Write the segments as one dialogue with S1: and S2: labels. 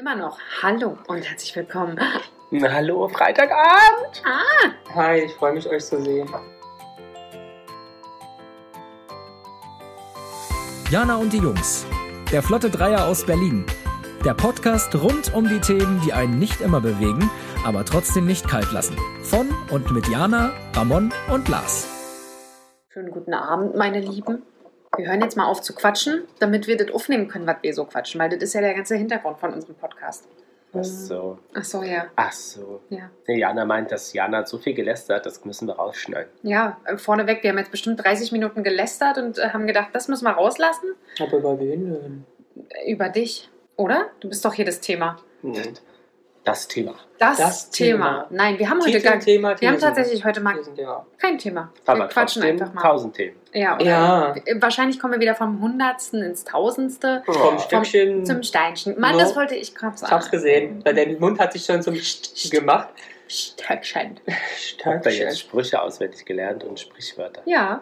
S1: Immer noch. Hallo und herzlich willkommen.
S2: Na, hallo, Freitagabend!
S1: Ah!
S2: Hi, ich freue mich, euch zu sehen.
S3: Jana und die Jungs. Der Flotte Dreier aus Berlin. Der Podcast rund um die Themen, die einen nicht immer bewegen, aber trotzdem nicht kalt lassen. Von und mit Jana, Ramon und Lars.
S1: Schönen guten Abend, meine Lieben. Wir hören jetzt mal auf zu quatschen, damit wir das aufnehmen können, was wir so quatschen, weil das ist ja der ganze Hintergrund von unserem Podcast. Mhm.
S2: Ach so.
S1: Ach so, ja.
S2: Ach so.
S1: Ja,
S2: Nee, Jana meint, dass Jana hat so viel gelästert, das müssen wir rausschneiden.
S1: ja äh, vorneweg, wir haben jetzt bestimmt 30 Minuten gelästert und äh, haben gedacht, das müssen wir rauslassen.
S2: Aber über wen denn?
S1: Äh, Über dich, oder? Du bist doch hier das Thema.
S2: Mhm. Das Thema.
S1: Das,
S4: Das
S1: Thema.
S4: Thema.
S1: Nein, wir haben heute
S4: Titel,
S1: gar
S4: Thema,
S1: Wir haben
S4: Thesen.
S1: tatsächlich heute mal
S4: Thesen, ja.
S1: kein Thema. wir
S2: Aber
S1: quatschen
S2: trotzdem
S1: einfach mal.
S2: tausend Themen.
S1: Ja, oder?
S4: Ja,
S1: Äh, Wahrscheinlich kommen wir wieder vom Hundertsten ins
S2: Oh,
S1: Tausendste
S4: vom
S2: Stimmt.
S4: Stückchen.
S1: zum Steinchen. Mann,
S4: No.
S1: das wollte ich kaum
S4: Hm. ich
S1: sagen.
S4: hab's gesehen, weil dein Mund hat sich schon zum St gemacht.
S1: Stöckchen.
S2: Habt ihr jetzt Sprüche auswendig gelernt und Sprichwörter?
S1: Ja,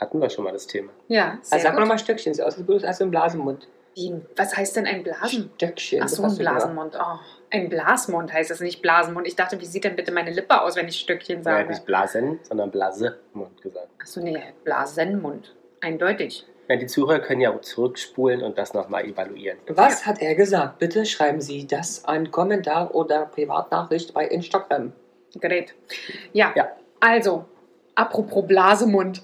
S2: Hatten wir schon mal das Thema.
S1: ja. Sehr
S4: Also sag mal
S1: gut.
S4: nochmal Stöckchen, sieht aus, als würdest du hast einen Blasenmund.
S1: Wie, was heißt denn ein Blasen?
S4: Stöckchen.
S1: Ach
S4: das
S1: so,
S4: hast
S1: ein
S4: du gehört.
S1: Blasenmund. Oh, ein Blasmund heißt das nicht Blasenmund. Ich dachte, wie sieht denn bitte meine Lippe aus, wenn ich Stöckchen
S2: Wir haben
S1: sage?
S2: nicht Blasen, sondern Blasemund gesagt.
S1: Ach so, nee, Blasenmund. Eindeutig.
S2: Ja, die Zuhörer können ja zurückspulen und das nochmal evaluieren.
S4: Was hat er gesagt? Bitte schreiben Sie das an Kommentar oder Privatnachricht bei Instagram.
S1: Gerät. Ja.
S2: Ja.
S1: Also, apropos Blasemund.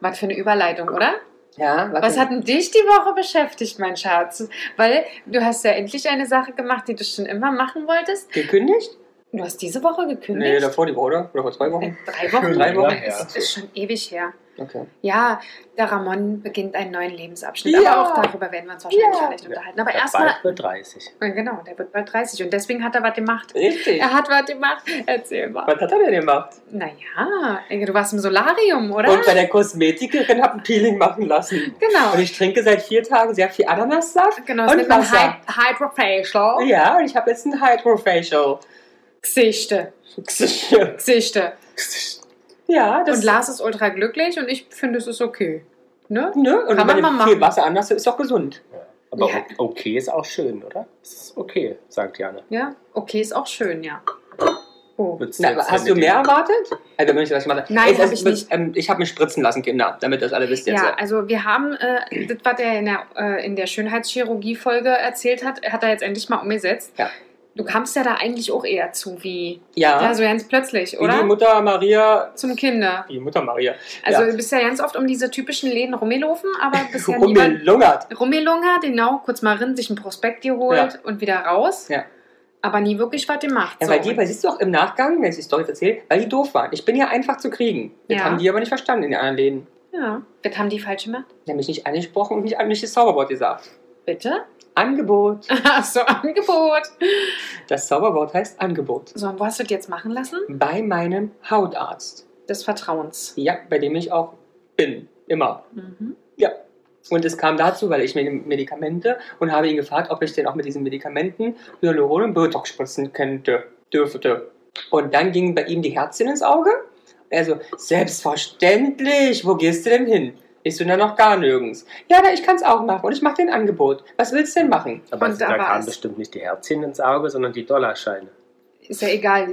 S1: Was für eine Überleitung, oder?
S4: Ja,
S1: Was hat denn dich die Woche beschäftigt, mein Schatz? Weil du hast ja endlich eine Sache gemacht, die du schon immer machen wolltest.
S4: gekündigt?
S1: Du hast diese Woche
S4: Nee,
S1: gekündigt.
S4: davor die Woche, oder? Oder vor zwei
S1: Äh,
S4: Wochen?
S1: Drei Wochen.
S4: Drei Wochen
S2: her.
S1: Das ist schon ewig her.
S4: Okay.
S1: Ja, der Ramon beginnt einen neuen Lebensabschnitt.
S4: Ja.
S1: Aber auch darüber werden wir uns wahrscheinlich
S4: Ja.
S1: vielleicht unterhalten. Aber
S2: Ja,
S1: erstmal,
S2: bald wird 30.
S1: Ja, genau, der wird bald 30 und deswegen hat er was gemacht.
S4: Richtig.
S1: Er hat was gemacht. Erzähl mal.
S4: Was hat er denn gemacht?
S1: Naja, Inge, du warst im Solarium, oder?
S4: Und bei der Kosmetikerin hab ein Peeling machen lassen.
S1: genau.
S4: Und ich trinke seit vier Tagen sehr viel Ananassaft.
S1: Genau, das
S4: und
S1: nennt man
S4: Wasser.
S1: Hyd Hydrofacial.
S4: Ja, und ich habe jetzt ein Hydrofacial.
S1: Gesichte. Gesichte.
S4: Ja, das
S1: Und Lars ist ultra glücklich und ich finde, es ist okay. Ne?
S4: ne? Und
S1: Kann man
S4: wenn
S1: mal
S4: du
S1: machen.
S4: viel Wasser anders ist auch gesund.
S2: Aber
S1: Ja.
S2: o- okay ist auch schön, oder? Es ist okay, sagt Jana.
S1: Ja, okay, ist auch schön, ja. Oh.
S2: Würdest
S4: Na,
S2: jetzt
S4: hast
S2: deine
S4: du mehr
S2: Dinge-
S4: erwartet? Also, wenn ich was mache.
S1: Nein,
S4: Jetzt,
S1: hab
S4: also,
S1: ich nicht.
S4: Ähm, ich habe mich spritzen lassen, Kinder, damit das alle wisst jetzt.
S1: Ja, also wir haben, äh, das, was er in der, äh, in der Schönheitschirurgie-Folge erzählt hat, hat er jetzt endlich mal umgesetzt.
S4: Ja.
S1: Du kamst ja da eigentlich auch eher zu, wie
S4: ja.
S1: ja, so ganz plötzlich,
S4: wie die
S1: oder?
S4: Mutter Maria.
S1: Zum Kinder.
S4: Wie die Mutter Maria.
S1: Also
S4: Ja.
S1: du bist ja ganz oft um diese typischen Läden rumgelaufen, aber bisher niemand...
S4: Rummelungert.
S1: Rummelunga, genau, kurz mal rin, sich ein Prospekt geholt und wieder raus.
S4: Ja.
S1: Aber nie wirklich was gemacht.
S4: Ja,
S1: So,
S4: weil die,
S1: und-
S4: weil siehst du auch im Nachgang, wenn ich die Story jetzt erzähle, weil die doof waren. Ich bin ja einfach zu kriegen. Das
S1: Ja.
S4: haben die aber nicht verstanden in den anderen Läden.
S1: ja. Das haben die falsch gemacht.
S4: Die haben mich nicht angesprochen und nicht, nicht das Zauberwort gesagt.
S1: Bitte?
S4: Angebot.
S1: Ach so, Angebot.
S4: Das Zauberwort heißt Angebot.
S1: So, und wo hast du das jetzt machen lassen?
S4: Bei meinem Hautarzt.
S1: Des Vertrauens.
S4: Ja, bei dem ich auch bin. Immer.
S1: Mhm.
S4: Ja. Und es kam dazu, weil ich mir die Medikamente und habe ihn gefragt, ob ich denn auch mit diesen Medikamenten Hyaluron und Botox spritzen könnte, dürfte. Und dann ging bei ihm die Herzchen ins Auge. Also, selbstverständlich, wo gehst du denn hin? Ich bin da noch gar nirgends. Ja, na, ich kann es auch machen und ich mache dir ein Angebot. Was willst du denn machen?
S2: Aber
S1: Und
S2: da
S1: aber
S2: kamen
S1: es-
S2: bestimmt nicht die Herzchen ins Auge, sondern die Dollarscheine.
S1: Ist ja egal.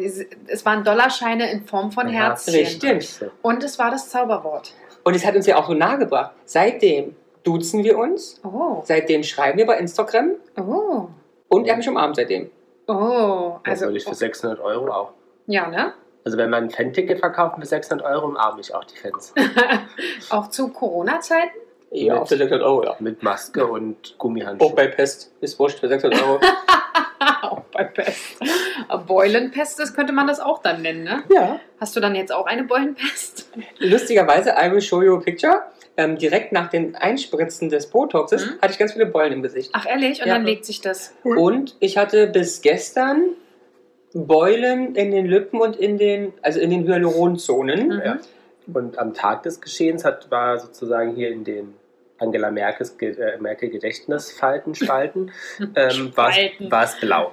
S1: Es waren Dollarscheine in Form von
S2: Ja,
S1: Herzchen.
S4: richtig. Stimmt.
S2: So.
S1: Und es war das Zauberwort.
S4: Und es hat uns ja auch so nahe gebracht. Seitdem duzen wir uns,
S1: Oh.
S4: seitdem schreiben wir bei Instagram
S1: Oh.
S4: und er hat mich umarmt seitdem.
S1: Oh.
S2: Das
S1: Also,
S2: würde ich für 600 Euro auch.
S1: ja, ne?
S2: Also wenn man ein Fan-Ticket verkauft für 600 Euro, umarme ich auch die Fans.
S1: Auch zu Corona-Zeiten?
S4: Ja,
S2: Mit-
S4: auf der 600 Euro, ja.
S2: Mit Maske und
S4: Auch
S2: Gummihandschuhen.
S4: Oh, bei Pest ist wurscht für 600 Euro.
S1: auch bei Pest. Beulenpest, das könnte man das auch dann nennen, ne?
S4: ja.
S1: Hast du dann jetzt auch eine Beulenpest?
S4: Lustigerweise, I will show you a picture. Ähm, direkt nach den Einspritzen des Botoxes
S1: Mhm.
S4: hatte ich ganz viele Beulen im Gesicht.
S1: Ach, ehrlich? Und
S4: Ja.
S1: dann legt sich das.
S4: Und ich hatte bis gestern Beulen in den Lippen und in den, also in den Hyaluronzonen.
S1: Mhm.
S2: Ja. Und am Tag des Geschehens hat, war sozusagen hier in den Angela Merkels, Ge- äh, Merkel Gedächtnisfalten, Spalten, ähm, war
S1: Spalten.
S2: es- war es blau.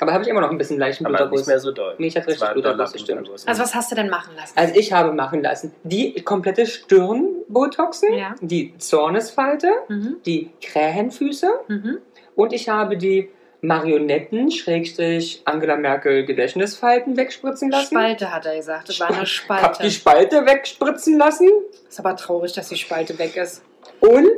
S4: Aber habe ich immer noch ein bisschen leichten
S2: Aber nicht
S4: Bluterguss.
S2: mehr so doll.
S4: Nee, ich hatte
S2: Es
S4: richtig
S2: war
S4: Bluterguss,
S2: Dollar-
S4: das stimmt.
S2: Bluterguss.
S1: Also, was hast du denn machen lassen?
S4: Also ich habe machen lassen die komplette Stirn Botoxen,
S1: Ja.
S4: die Zornesfalte,
S1: Mhm.
S4: die Krähenfüße
S1: Mhm.
S4: und ich habe die Marionetten, Schrägstrich, Angela Merkel Gedächtnisfalten wegspritzen lassen.
S1: Spalte, hat er gesagt. Das war eine
S4: Hab die
S1: Spalte.
S4: Spalte wegspritzen lassen.
S1: Ist aber traurig, dass die Spalte weg ist.
S4: Und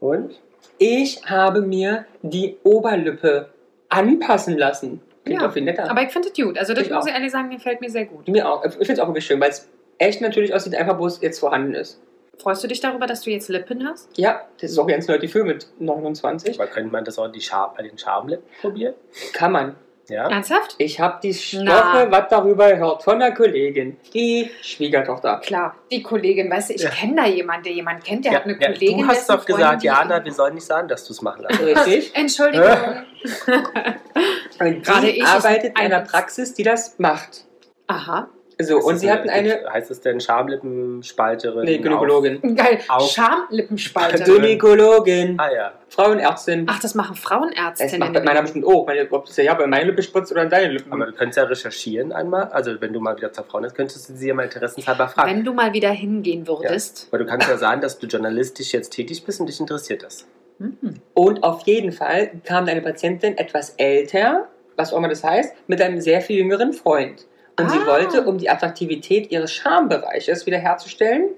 S2: Und?
S4: ich habe mir die Oberlippe anpassen lassen. Klingt
S1: Ja,
S4: doch viel netter.
S1: Aber ich finde es gut. Also das
S4: Ich
S1: muss
S4: auch.
S1: ich ehrlich sagen, gefällt mir sehr gut.
S4: mir auch. Ich finde es auch wirklich schön, weil es echt natürlich aussieht, einfach wo es jetzt vorhanden ist.
S1: Freust du dich darüber, dass du jetzt Lippen hast?
S4: Ja, das ist auch ganz neu die Film mit 29.
S2: Aber könnte man das auch die Schar bei den Schamlippen probieren?
S4: Kann man.
S2: Ja.
S1: Ernsthaft?
S4: Ich habe die Stoffe,
S1: Na.
S4: was darüber gehört von der Kollegin, die Schwiegertochter.
S1: Klar, die Kollegin, weißt du, ich
S2: Ja.
S1: kenne da jemanden, der jemanden kennt, der
S2: ja,
S1: hat eine
S2: ja,
S1: Kollegin.
S2: du hast
S1: dessen
S2: doch gesagt,
S1: Freundin, die-
S2: Jana, wir sollen nicht sagen, dass du es machen lassen.
S4: Richtig.
S1: Entschuldigung.
S4: Äh. Und
S1: Gerade
S4: die
S1: ich-
S4: arbeitet in einer
S1: eins.
S4: Praxis, die das macht.
S1: Aha,
S4: So,
S2: Ist
S4: und
S2: das
S4: sie hatten eine.
S2: Heißt es denn Schamlippenspalterin?
S4: Nee, Gynäkologin.
S1: geil.
S2: Auf-
S1: Schamlippenspalte.
S4: Also,
S2: Du-
S4: Gynäkologin,
S2: Auf? Ah ja.
S4: Frauenärztin.
S1: Ach, das machen
S4: das
S1: Frauenärztinnen.
S4: macht bei meiner bestimmt auch. Meine, ob das ja bei meiner Lippe spritzt oder in deine Lippen.
S2: Aber du könntest ja recherchieren einmal. Also wenn du mal wieder zur Frau bist, könntest du sie ja mal interessenshalber fragen.
S1: Wenn du mal wieder hingehen würdest.
S2: Weil du kannst ja sagen, dass du journalistisch jetzt tätig bist und dich interessiert das.
S1: Mhm.
S4: Und auf jeden Fall kam eine Patientin etwas älter, was auch immer das heißt, mit einem sehr viel jüngeren Freund. Und sie
S1: Ah.
S4: wollte, um die Attraktivität ihres Schambereiches wiederherzustellen,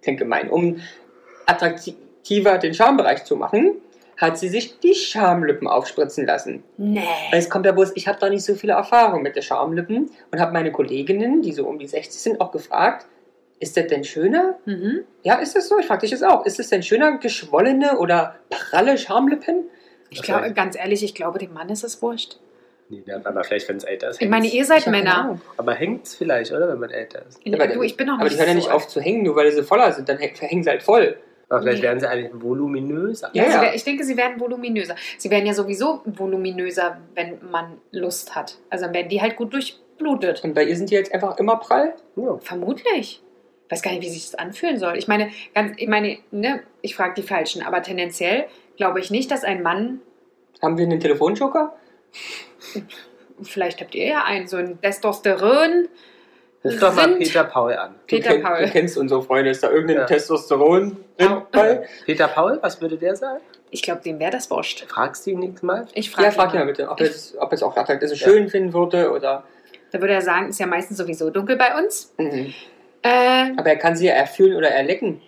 S4: klingt gemein, um attraktiver den Schambereich zu machen, hat sie sich die Schamlippen aufspritzen lassen. Weil
S1: Nee.
S4: es kommt ja bloß, ich habe doch nicht so viele Erfahrung mit der Schamlippen und habe meine Kolleginnen, die so um die 60 sind, auch gefragt, ist das denn schöner?
S1: Mhm.
S4: Ja, ist das so? Ich frage dich jetzt auch. Ist es denn schöner, geschwollene oder pralle Schamlippen?
S1: Ich
S2: Das
S1: glaube,
S2: heißt-
S1: ganz ehrlich, ich glaube, dem Mann ist es wurscht.
S2: Nee, dann aber vielleicht, wenn es älter ist.
S1: Ich meine,
S2: hängt's.
S1: ihr seid
S4: Ich hab keine
S1: Männer. Ah.
S4: Ahnung.
S2: aber hängt es vielleicht, oder? Wenn man älter ist.
S4: genau. Aber-
S1: du, ich bin noch
S4: Aber die hören ja nicht
S1: so-
S4: auf zu hängen, nur weil sie voller sind. Dann häng- hängen sie halt voll.
S2: Aber vielleicht
S1: Nee.
S2: werden sie eigentlich voluminöser.
S4: Ja,
S1: Ja,
S4: ja.
S1: Sie, wer- ich denke, sie werden voluminöser. Sie werden ja sowieso voluminöser, wenn man Lust hat. Also dann werden die halt gut durchblutet.
S4: Und bei ihr sind die jetzt einfach immer prall.
S2: Ja.
S1: Vermutlich. Ich weiß gar nicht, wie sich das anfühlen soll. Ich meine, ganz, ich meine, ne, ich frage die Falschen, aber tendenziell glaube ich nicht, dass ein Mann,
S4: Haben wir einen Telefonjoker?
S1: vielleicht habt ihr ja einen, so ein Testosteron,
S2: Ruf doch mal
S1: Sind-
S2: Peter Paul an.
S1: Peter
S4: du, kenn-
S1: Paul.
S4: du kennst unsere Freunde. Ist da irgendein
S2: Ja.
S4: Testosteron drin? Paul?
S2: Peter Paul, was würde der sagen?
S1: ich glaube, dem wäre das wurscht.
S2: Fragst du ihn nichts mal?
S1: Ich frage
S4: Ja, frag ihn mal bitte, ob er es ob er es auch attraktiv also schön finden würde oder.
S1: Da würde er sagen, ist ja meistens sowieso dunkel bei uns.
S4: Mhm.
S1: Äh,
S4: Aber er kann sie ja erfüllen oder erlecken.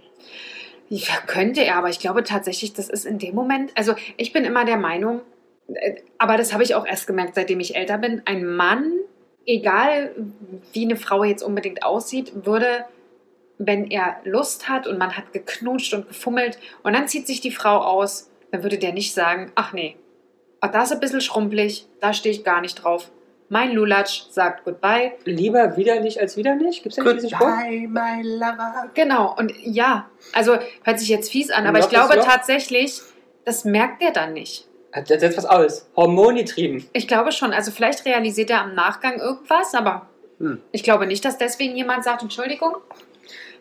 S1: Ja, könnte er, aber ich glaube tatsächlich, das ist in dem Moment, also ich bin immer der Meinung, äh, aber das habe ich auch erst gemerkt, seitdem ich älter bin, ein Mann, egal wie eine Frau jetzt unbedingt aussieht, würde, wenn er Lust hat und man hat geknutscht und gefummelt und dann zieht sich die Frau aus, dann würde der nicht sagen, ach nee, ach, da ist ein bisschen schrumpelig, da stehe ich gar nicht drauf. Mein Lulatsch sagt Goodbye.
S4: Lieber widerlich als widerlich? Gibt es denn diesen Spruch?
S2: my lover.
S1: Genau, und ja, also hört sich jetzt fies an, aber
S4: Loch
S1: ich glaube
S4: ist Loch.
S1: tatsächlich, das merkt er dann nicht.
S4: Hat das jetzt was aus? Hormongetrieben.
S1: Ich glaube schon. Also vielleicht realisiert er am Nachgang irgendwas, aber
S2: Hm.
S1: ich glaube nicht, dass deswegen jemand sagt, Entschuldigung,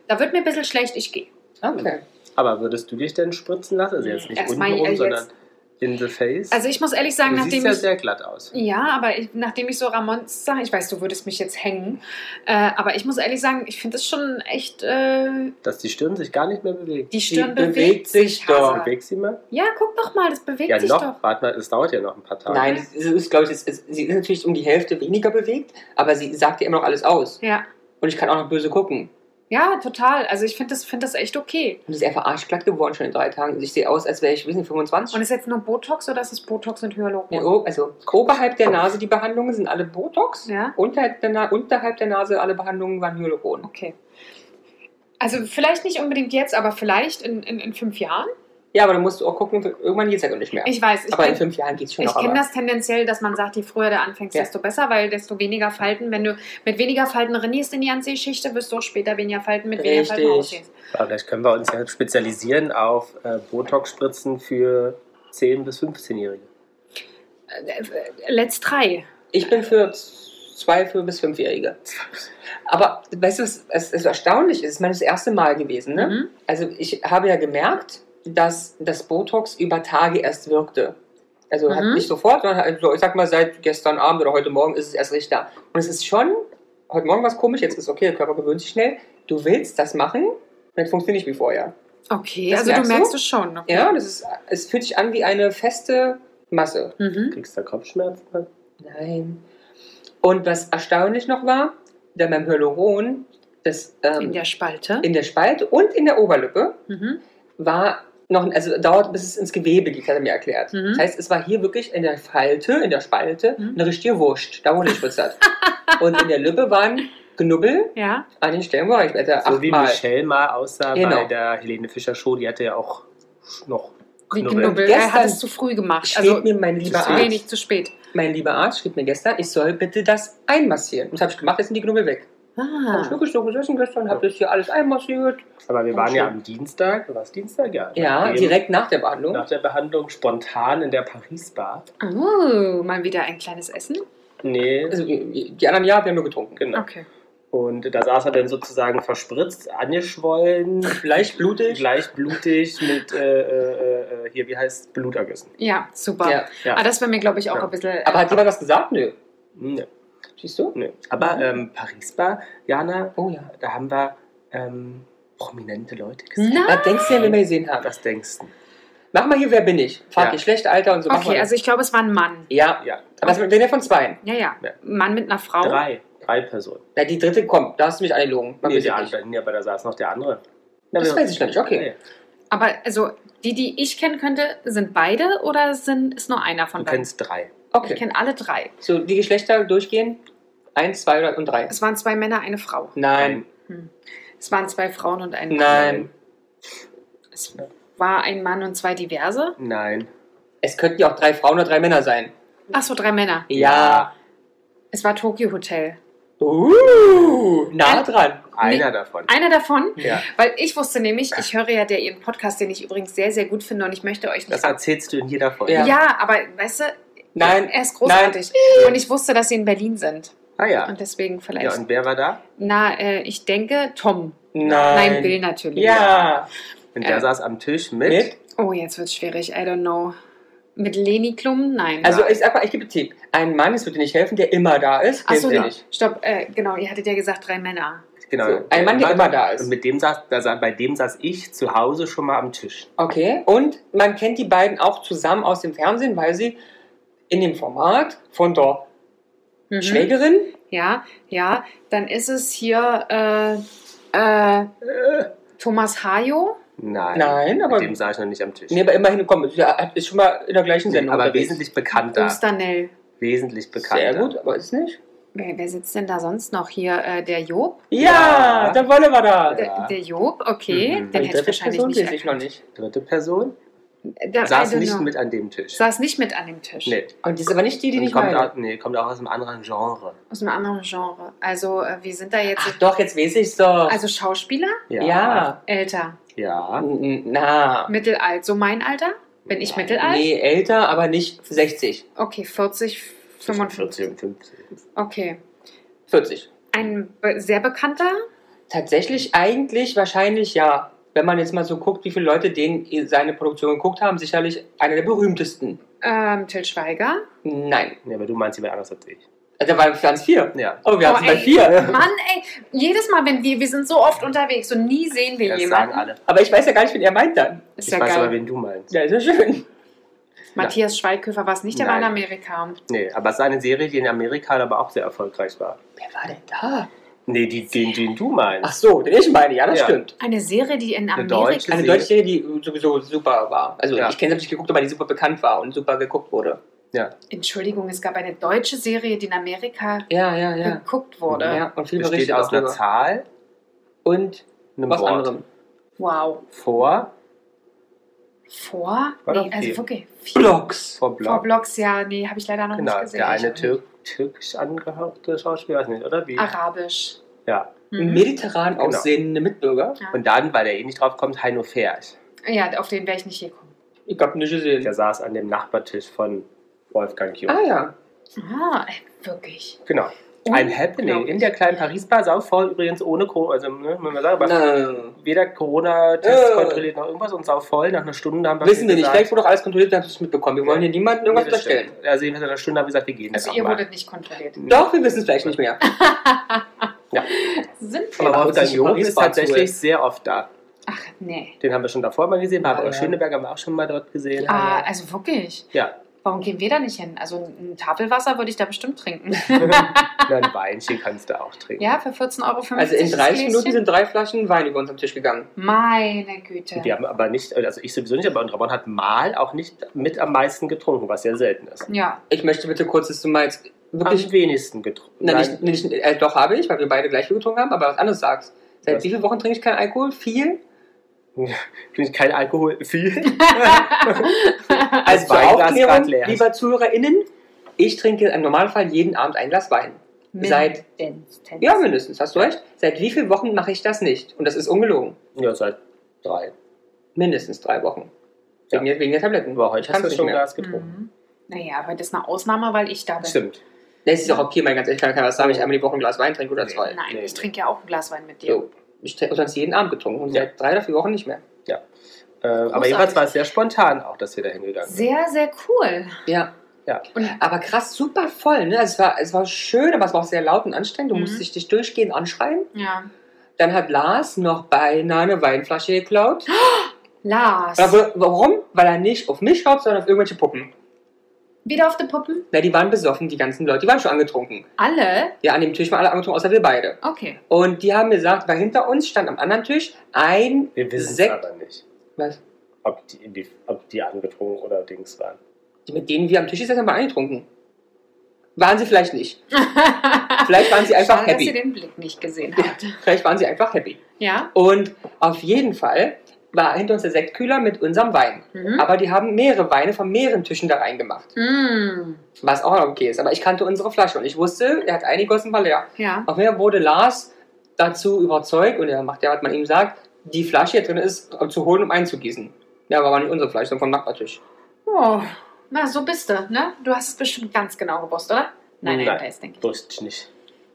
S1: da wird mir ein bisschen schlecht, ich gehe.
S4: Okay.
S2: Aber würdest du dich denn spritzen lassen? Also jetzt nicht
S1: Erstmal,
S2: untenrum,
S1: äh, jetzt-
S2: sondern in the face.
S1: Also ich muss ehrlich sagen,
S2: du siehst
S1: nachdem
S2: ja
S1: ich...
S2: sehr glatt aus.
S1: Ja, aber ich, nachdem ich so Ramons sah, ich weiß, du würdest mich jetzt hängen, äh, aber ich muss ehrlich sagen, ich finde es schon echt, äh,
S2: Dass die Stirn sich gar nicht mehr bewegt.
S1: die Stirn
S4: bewegt
S1: bewegt,
S4: sich
S1: sich
S4: doch.
S1: Hase.
S2: Bewegt sie mal?
S1: Ja, guck doch mal, das bewegt
S2: ja,
S1: sich
S2: noch.
S1: doch.
S2: Warte mal, es dauert ja noch ein paar
S1: Also,
S2: Tage.
S1: ne?
S4: Nein, es ist, glaube ich, es ist, sie ist natürlich um die Hälfte weniger bewegt, aber sie sagt ja immer noch alles aus.
S1: Ja.
S4: Und ich kann auch noch böse gucken.
S1: ja, total. Also ich finde das, find das echt okay.
S4: Und sie ist einfach arschglatt geworden schon in drei Tagen. Also Ich sehe aus, als wäre ich, wissen Sie, 25.
S1: Und ist jetzt nur Botox oder ist es Botox und Hyaluron?
S4: ja, oh, also oberhalb der Nase die Behandlungen sind alle Botox.
S1: Ja.
S4: Unterhalb, der Na unterhalb der Nase alle Behandlungen waren Hyaluron.
S1: Okay. Also vielleicht nicht unbedingt jetzt, aber vielleicht in, in, in fünf Jahren.
S4: Ja, aber dann musst du auch gucken, irgendwann geht es ja gar nicht mehr.
S1: Ich weiß, ich
S4: aber in
S1: kenn-
S4: fünf Jahren geht es schon
S1: ich
S4: noch.
S1: kenne
S4: aber-
S1: das tendenziell, dass man sagt, je früher du anfängst,
S4: Ja.
S1: desto besser, weil desto weniger Falten, wenn du mit weniger Falten rennierst in die ganze Geschichte, wirst du auch später weniger Falten mit weniger Falten
S4: Richtig.
S1: rausgehen.
S2: Aber vielleicht können wir uns ja spezialisieren auf äh, Botox-Spritzen für 10- bis 15-Jährige.
S1: Äh, Let's try.
S4: Ich bin für zwei, vier bis fünfjährige. Aber weißt du, was, was, was erstaunlich ist? Es ist mein das erste Mal gewesen. Ne?
S1: Mhm.
S4: Also ich habe ja gemerkt, dass das Botox über Tage erst wirkte. Also hat
S1: Mhm.
S4: nicht sofort, sondern halt so, ich sag mal, seit gestern Abend oder heute Morgen ist es erst richtig da. Und es ist schon, heute Morgen war es komisch, jetzt ist okay, der Körper gewöhnt sich schnell. Du willst das machen, dann funktioniert nicht wie vorher.
S1: Okay,
S4: Das
S1: also
S4: merkst
S1: du merkst
S4: du?
S1: es schon. Okay.
S4: Ja, das ist, es fühlt sich an wie eine feste Masse.
S1: Mhm.
S2: Kriegst du da Kopfschmerzen? Also von?
S4: Nein. Und was erstaunlich noch war, denn beim Hyaluron, das ähm,
S1: Mhm. In der Spalte.
S4: in der Spalte und in der Oberlippe
S1: Mhm.
S4: war noch, also dauert, bis es ins Gewebe geht, hat er mir erklärt.
S1: Mhm.
S4: Das heißt, es war hier wirklich in der Falte, in der Spalte,
S1: Mhm.
S4: eine richtige Wurst, da wurde gespritzt hat. und in der Lippe waren Knubbel
S1: Ja.
S4: an den Stellen, wo ich wette,
S2: So wie
S4: achtmal.
S2: Michelle mal aussah bei
S4: Genau.
S2: der Helene Fischer Show, die hatte ja auch noch
S1: Wie
S2: Knubbel.
S1: Knubbel.
S4: Gestern
S1: Er hat es zu früh gemacht.
S4: Schrieb
S1: Also
S4: mir mein
S1: zu
S4: lieber Arzt,
S1: wenig, zu spät.
S4: mein lieber Arzt schrieb mir gestern, ich soll bitte das einmassieren. Und das habe ich gemacht, jetzt sind die Knubbel weg. Hab ich
S1: Ah.
S4: wirklich so gesessen gestern, habe das hier alles einmassiert.
S2: Aber wir waren ja
S4: Schön.
S2: am Dienstag, war es Dienstag? Ja,
S4: Ja,
S2: Eben
S4: direkt nach der Behandlung.
S2: Nach der Behandlung spontan in der Paris-Bar.
S1: Oh, mal wieder ein kleines Essen.
S2: Nee,
S4: Also, die anderen ja, wir haben nur getrunken.
S2: genau.
S1: Okay.
S2: Und da saß er dann sozusagen verspritzt, angeschwollen,
S4: Leicht blutig.
S2: gleich blutig mit, äh, äh, äh, hier, wie heißt Blutergüssen.
S1: Ja, super.
S4: Ja. Also
S2: Ja.
S1: Ah, das wäre mir, glaube ich, auch
S2: Ja.
S1: ein bisschen.
S4: Aber hat jemand was gesagt? Nö.
S2: nee,
S4: Siehst du?
S2: nee. Hm, Aber ähm, Paris-Bar, Jana,
S4: Oh ja.
S2: da haben wir ähm, prominente Leute gesehen.
S1: Na?
S4: Was denkst du denn, wenn wir gesehen haben?
S2: Was denkst du?
S4: Mach mal hier, wer bin ich? Frag
S2: Ja.
S4: Geschlecht, Alter und so. machen wir
S1: Okay,
S4: das.
S1: also ich glaube, es war ein Mann.
S4: Ja,
S2: Ja,
S4: aber es sind ja von zwei.
S1: Ja, ja.
S2: Ja.
S1: Mann mit einer Frau.
S2: drei. Drei Personen.
S4: Na, die dritte kommt, da hast du mich angelogen. Man
S2: Nee,
S4: weiß
S2: der
S4: nicht.
S2: andere, nee, aber da saß noch der andere. Na,
S4: Das
S2: wir-
S4: weiß ich noch nicht, okay.
S2: Nee.
S1: Aber also die, die ich kennen könnte, sind beide oder sind, ist nur einer von
S2: Du
S1: beiden?
S2: kennst drei.
S1: Ich
S4: Okay.
S1: kenne alle drei.
S4: So, die Geschlechter durchgehen. Eins, zwei oder- und drei.
S1: Es waren zwei Männer, eine Frau.
S4: Nein,
S1: Es waren zwei Frauen und ein Mann.
S4: nein.
S1: Es war ein Mann und zwei diverse.
S2: Nein.
S4: Es könnten ja auch drei Frauen oder drei Männer sein.
S1: Achso, drei Männer.
S4: Ja.
S1: Es war Tokyo Hotel.
S4: Uh, nah dran.
S2: Einer davon.
S1: Einer davon,
S2: Ja.
S1: weil ich wusste nämlich, ich höre ja der ihren Podcast, den ich übrigens sehr, sehr gut finde und ich möchte euch nicht.
S2: Das erzählst du in jeder Folge.
S1: ja.
S4: Ja.
S1: aber weißt du,
S4: Nein.
S1: er ist großartig. Und ich wusste, dass sie in Berlin sind.
S2: Ah ja.
S1: Und deswegen vielleicht.
S2: Ja, und wer war da?
S1: Na, äh, ich denke Tom.
S4: Nein.
S1: Nein, Bill natürlich.
S4: Ja.
S2: Und der
S1: Äh.
S2: saß am Tisch mit.
S4: Mit?
S1: Oh, jetzt wird's schwierig. I don't know. Mit Leni Klum? Nein.
S4: Also ich sag mal, ich gebe Tipp. Ein Mann, es wird dir nicht helfen, der immer da ist.
S1: Achso,
S4: den
S1: ja.
S4: bin ich.
S1: stopp. Äh, genau, ihr hattet ja gesagt, drei Männer.
S2: Genau.
S4: So, ein Mann, der immer da ist.
S2: Und mit dem saß, da, sa- bei dem saß ich zu Hause schon mal am Tisch.
S4: Okay. Und man kennt die beiden auch zusammen aus dem Fernsehen, weil sie in dem Format von der
S1: Mhm.
S4: Schwägerin
S1: Ja, ja. Dann ist es hier äh, äh, Thomas Hayo.
S2: Nein.
S4: Nein, aber-
S2: Mit dem saß ich noch nicht am Tisch.
S4: Nee, aber immerhin gekommen. Sie hat- ist schon mal in der gleichen
S2: Nee,
S4: Sendung.
S2: aber
S4: unterwegs.
S2: wesentlich bekannter.
S1: Ostanell.
S2: Wesentlich bekannter.
S4: Sehr gut, aber ist nicht?
S1: Wer, wer sitzt denn da sonst noch hier? Äh, der Job?
S4: Ja,
S2: Ja.
S4: dann wollen wir da.
S2: Ja.
S1: Der, der Job, okay. Den
S2: Mhm.
S4: Die
S1: hätte ich
S4: dritte
S1: wahrscheinlich
S4: Person
S1: nicht.
S4: weiß ich noch nicht.
S2: Dritte Person
S1: Der,
S2: saß nicht mit an dem Tisch.
S1: saß nicht mit an dem Tisch.
S2: Nee.
S4: Und die ist aber nicht die, die
S2: Und
S4: nicht
S2: kommt,
S4: meine.
S2: auch, nee, kommt auch aus einem anderen Genre.
S1: Aus einem anderen Genre. Also, äh, wir sind da
S4: Ach
S1: jetzt.
S4: doch, jetzt weiß ich's doch.
S1: Also, Schauspieler?
S4: ja.
S1: Älter.
S2: Ja.
S4: N- n- Na.
S1: Mittelalt. So mein Alter? Bin ich mittelalt?
S4: Nee, älter, aber nicht 60.
S1: Okay, 40,
S2: 45
S1: 55.
S2: und 50.
S1: Okay.
S4: 40.
S1: Ein be- sehr bekannter?
S4: Tatsächlich eigentlich wahrscheinlich ja. Wenn man jetzt mal so guckt, wie viele Leute den seine Produktion geguckt haben, sicherlich einer der berühmtesten.
S1: Ähm, Till Schweiger.
S4: Nein.
S2: Nee, aber du meinst jemand anders als ich.
S4: Also da waren ganz vier.
S2: Ja.
S4: Oh, wir
S1: Oh,
S4: hatten bei
S1: ey.
S4: vier.
S1: Mann, ey, jedes Mal, wenn wir, wir sind so oft unterwegs und nie sehen wir
S2: Das
S1: jemanden.
S2: sagen alle.
S4: Aber ich weiß ja gar nicht, wen er meint dann.
S1: Ist
S2: Ich
S1: ja
S2: weiß aber,
S1: geil.
S2: wen du meinst.
S4: Ja, ist ja schön.
S1: Matthias Schweighöfer war es nicht, der war in
S2: Nein.
S1: Amerika.
S2: Nee, aber es ist eine Serie, die in Amerika aber auch sehr erfolgreich war.
S4: Wer war denn da?
S2: Nee, die, den, den du
S4: Ach
S2: meinst.
S4: so, den ich meine. Ja, das
S2: Ja.
S4: stimmt.
S1: Eine Serie, die in
S2: Eine
S1: Amerika.
S2: deutsche
S4: Eine
S2: Serie.
S4: deutsche Serie, die sowieso super war. Also
S2: Ja.
S4: ich kenne sie hab nicht geguckt, aber die super bekannt war und super geguckt wurde.
S1: Entschuldigung, es gab eine deutsche Serie, die in Amerika
S4: Ja, ja, ja.
S1: geguckt wurde.
S4: Ja, und viele
S2: Besteht
S4: Berichte
S2: aus einer
S4: darüber.
S2: Zahl,
S4: Und
S2: einem
S4: was
S2: Wort.
S4: anderem.
S1: Wow.
S2: Vor,
S1: Vor?
S2: War doch
S1: Nee, also
S2: viel.
S1: wirklich viel.
S4: Blogs.
S2: vor
S1: Vor
S2: Block.
S1: Blogs, ja, nee, habe ich leider noch
S2: Genau,
S1: nicht gesehen.
S2: der eine Türk, türkisch angehauchte Schauspieler, weiß nicht, oder wie?
S1: Arabisch.
S2: Ja.
S1: Mhm.
S4: Mediterran
S2: Genau.
S4: aussehende Mitbürger.
S2: Und dann, weil der eh nicht drauf kommt, Heino Ferch.
S1: Ja, auf den wäre ich nicht gekommen.
S4: Ich hab nicht gesehen.
S2: Der saß an dem Nachbartisch von Wolfgang Jung.
S4: Ah Oh, ja.
S1: Ah, ey, wirklich.
S2: Genau. Ein
S4: genau.
S2: Happening in der kleinen Paris-Bar, sauvoll übrigens ohne Co. Also, ne, muss man sagen, aber
S4: Na,
S2: weder Corona-Test
S4: Äh.
S2: kontrolliert noch irgendwas und sauvoll. Nach einer Stunde haben wir
S4: wissen wir nicht.
S2: gesagt,
S4: Vielleicht wurde doch alles kontrolliert, dann hast du es mitbekommen. Wir wollen hier niemandem irgendwas
S2: Nee, das stimmt.
S4: unterstellen.
S2: Also jedenfalls in einer Stunde haben wir gesagt, wir gehen
S1: Also
S2: jetzt
S1: ihr
S2: auch mal. Mhm.
S1: wurdet nicht kontrolliert.
S4: Doch, wir wissen es vielleicht nicht mehr. Genau,
S1: Sind wir?
S2: Aber
S4: Aber
S2: Wolfgang
S4: uns
S2: Jung
S4: nicht
S2: ist
S4: Paris-Bar zu, ey.
S2: tatsächlich sehr oft da.
S1: Ach, nee.
S2: Den haben wir schon davor mal gesehen. Barbara
S4: Ja, ja.
S2: Schöneberger haben wir auch schon mal dort gesehen.
S1: Ah, also wirklich.
S2: Ja,
S1: Warum gehen wir da nicht hin? Also ein Tafelwasser würde ich da bestimmt trinken.
S2: Na, ein Weinchen kannst du auch trinken.
S1: Ja, für 14,50 Euro.
S4: Also in
S1: das
S4: 30 Minuten
S1: Gläschen?
S4: sind drei Flaschen Wein über unseren Tisch gegangen.
S1: Meine Güte.
S2: Wir haben aber nicht, also ich sowieso nicht, aber und Ramon hat mal auch nicht mit am meisten getrunken, was sehr selten ist.
S1: Ja.
S4: Ich möchte bitte kurz, dass du mal jetzt wirklich.
S2: Am wenigsten getrunken.
S4: Na,
S2: Nein,
S4: nicht, nicht, äh, doch habe ich, weil wir beide gleich viel getrunken haben, aber was anderes sagst. Seit
S2: Was?
S4: wie vielen Wochen trinke ich keinen Alkohol? Viel?
S2: ich bin kein Alkohol viel.
S4: Also zur
S2: Weinglas
S4: Aufklärung,
S2: grad leer.
S4: lieber ZuhörerInnen, ich trinke im Normalfall jeden Abend ein Glas Wein. Seit-
S1: Mindestens.
S4: Ja, mindestens, hast du recht. Seit wie vielen Wochen mache ich das nicht? Und das ist ungelogen.
S2: ja, seit drei.
S4: Mindestens drei Wochen. Wegen,
S2: Ja.
S4: der, wegen der Tabletten.
S2: Aber heute hast
S4: Kannst
S2: du
S4: nicht
S2: schon
S4: mehr. Hm,
S2: Glas getrunken.
S1: Mhm. Naja, heute ist eine Ausnahme, weil ich da bin.
S2: Stimmt.
S4: Das ist auch okay, mein ganz ehrlich, kann keiner was sagen, wenn ich einmal die Woche ein Glas Wein trinke oder
S2: Nee.
S4: zwei.
S1: Nein,
S2: Nee.
S1: ich trinke ja auch ein Glas Wein mit dir.
S4: So. Ich trinke sonst jeden Abend getrunken und
S2: Ja.
S4: seit drei oder vier Wochen nicht mehr.
S2: Äh, aber jedenfalls war es sehr spontan auch, dass wir da hingegangen sind.
S1: Sehr, sehr cool.
S4: Ja.
S2: Ja.
S4: Und, aber krass, super voll. Ne? Es, war, es war schön, aber es war auch sehr laut und anstrengend. Du
S1: Mhm.
S4: musstest dich durchgehend anschreien.
S1: Ja.
S4: Dann hat Lars noch beinahe eine Weinflasche geklaut.
S1: Lars.
S4: Aber warum? Weil er nicht auf mich schaut, sondern auf irgendwelche Puppen.
S1: Wieder auf die Puppen?
S4: Na, die waren besoffen, die ganzen Leute. Die waren schon angetrunken.
S1: Alle?
S4: Ja, an dem Tisch waren alle angetrunken, außer wir beide.
S1: Okay.
S4: Und die haben gesagt, weil hinter uns stand am anderen Tisch ein
S2: Wir wissen es
S4: Sekt.
S2: aber nicht,
S4: Was?
S2: ob die, die, ob die angetrunken oder Dings waren.
S4: Die, mit denen wir am Tisch gesessen haben, waren angetrunken. Waren sie vielleicht nicht. Vielleicht waren sie einfach
S1: Schade, dass ihr
S4: happy.
S1: den Blick nicht gesehen habt.
S4: Vielleicht waren sie einfach happy.
S1: Ja?
S4: Und auf jeden Fall war hinter uns der Sektkühler mit unserem Wein.
S1: Mhm.
S4: Aber die haben mehrere Weine von mehreren Tischen da reingemacht.
S1: Mm.
S4: Was auch noch okay ist. Aber ich kannte unsere Flasche und ich wusste, er hat eine Gossen war leer.
S1: Ja.
S4: Auf jeden Fall wurde Lars dazu überzeugt und er macht ja, was man ihm sagt, die Flasche hier drin ist zu holen, um einzugießen. Ja, aber war nicht unsere Flasche, sondern vom Nachbartisch.
S1: Oh. Na, so bist du, ne? Du hast es bestimmt ganz genau gewusst, oder? Nein, nein,
S2: Nein.
S1: da ist, denke ich.
S2: Durst nicht.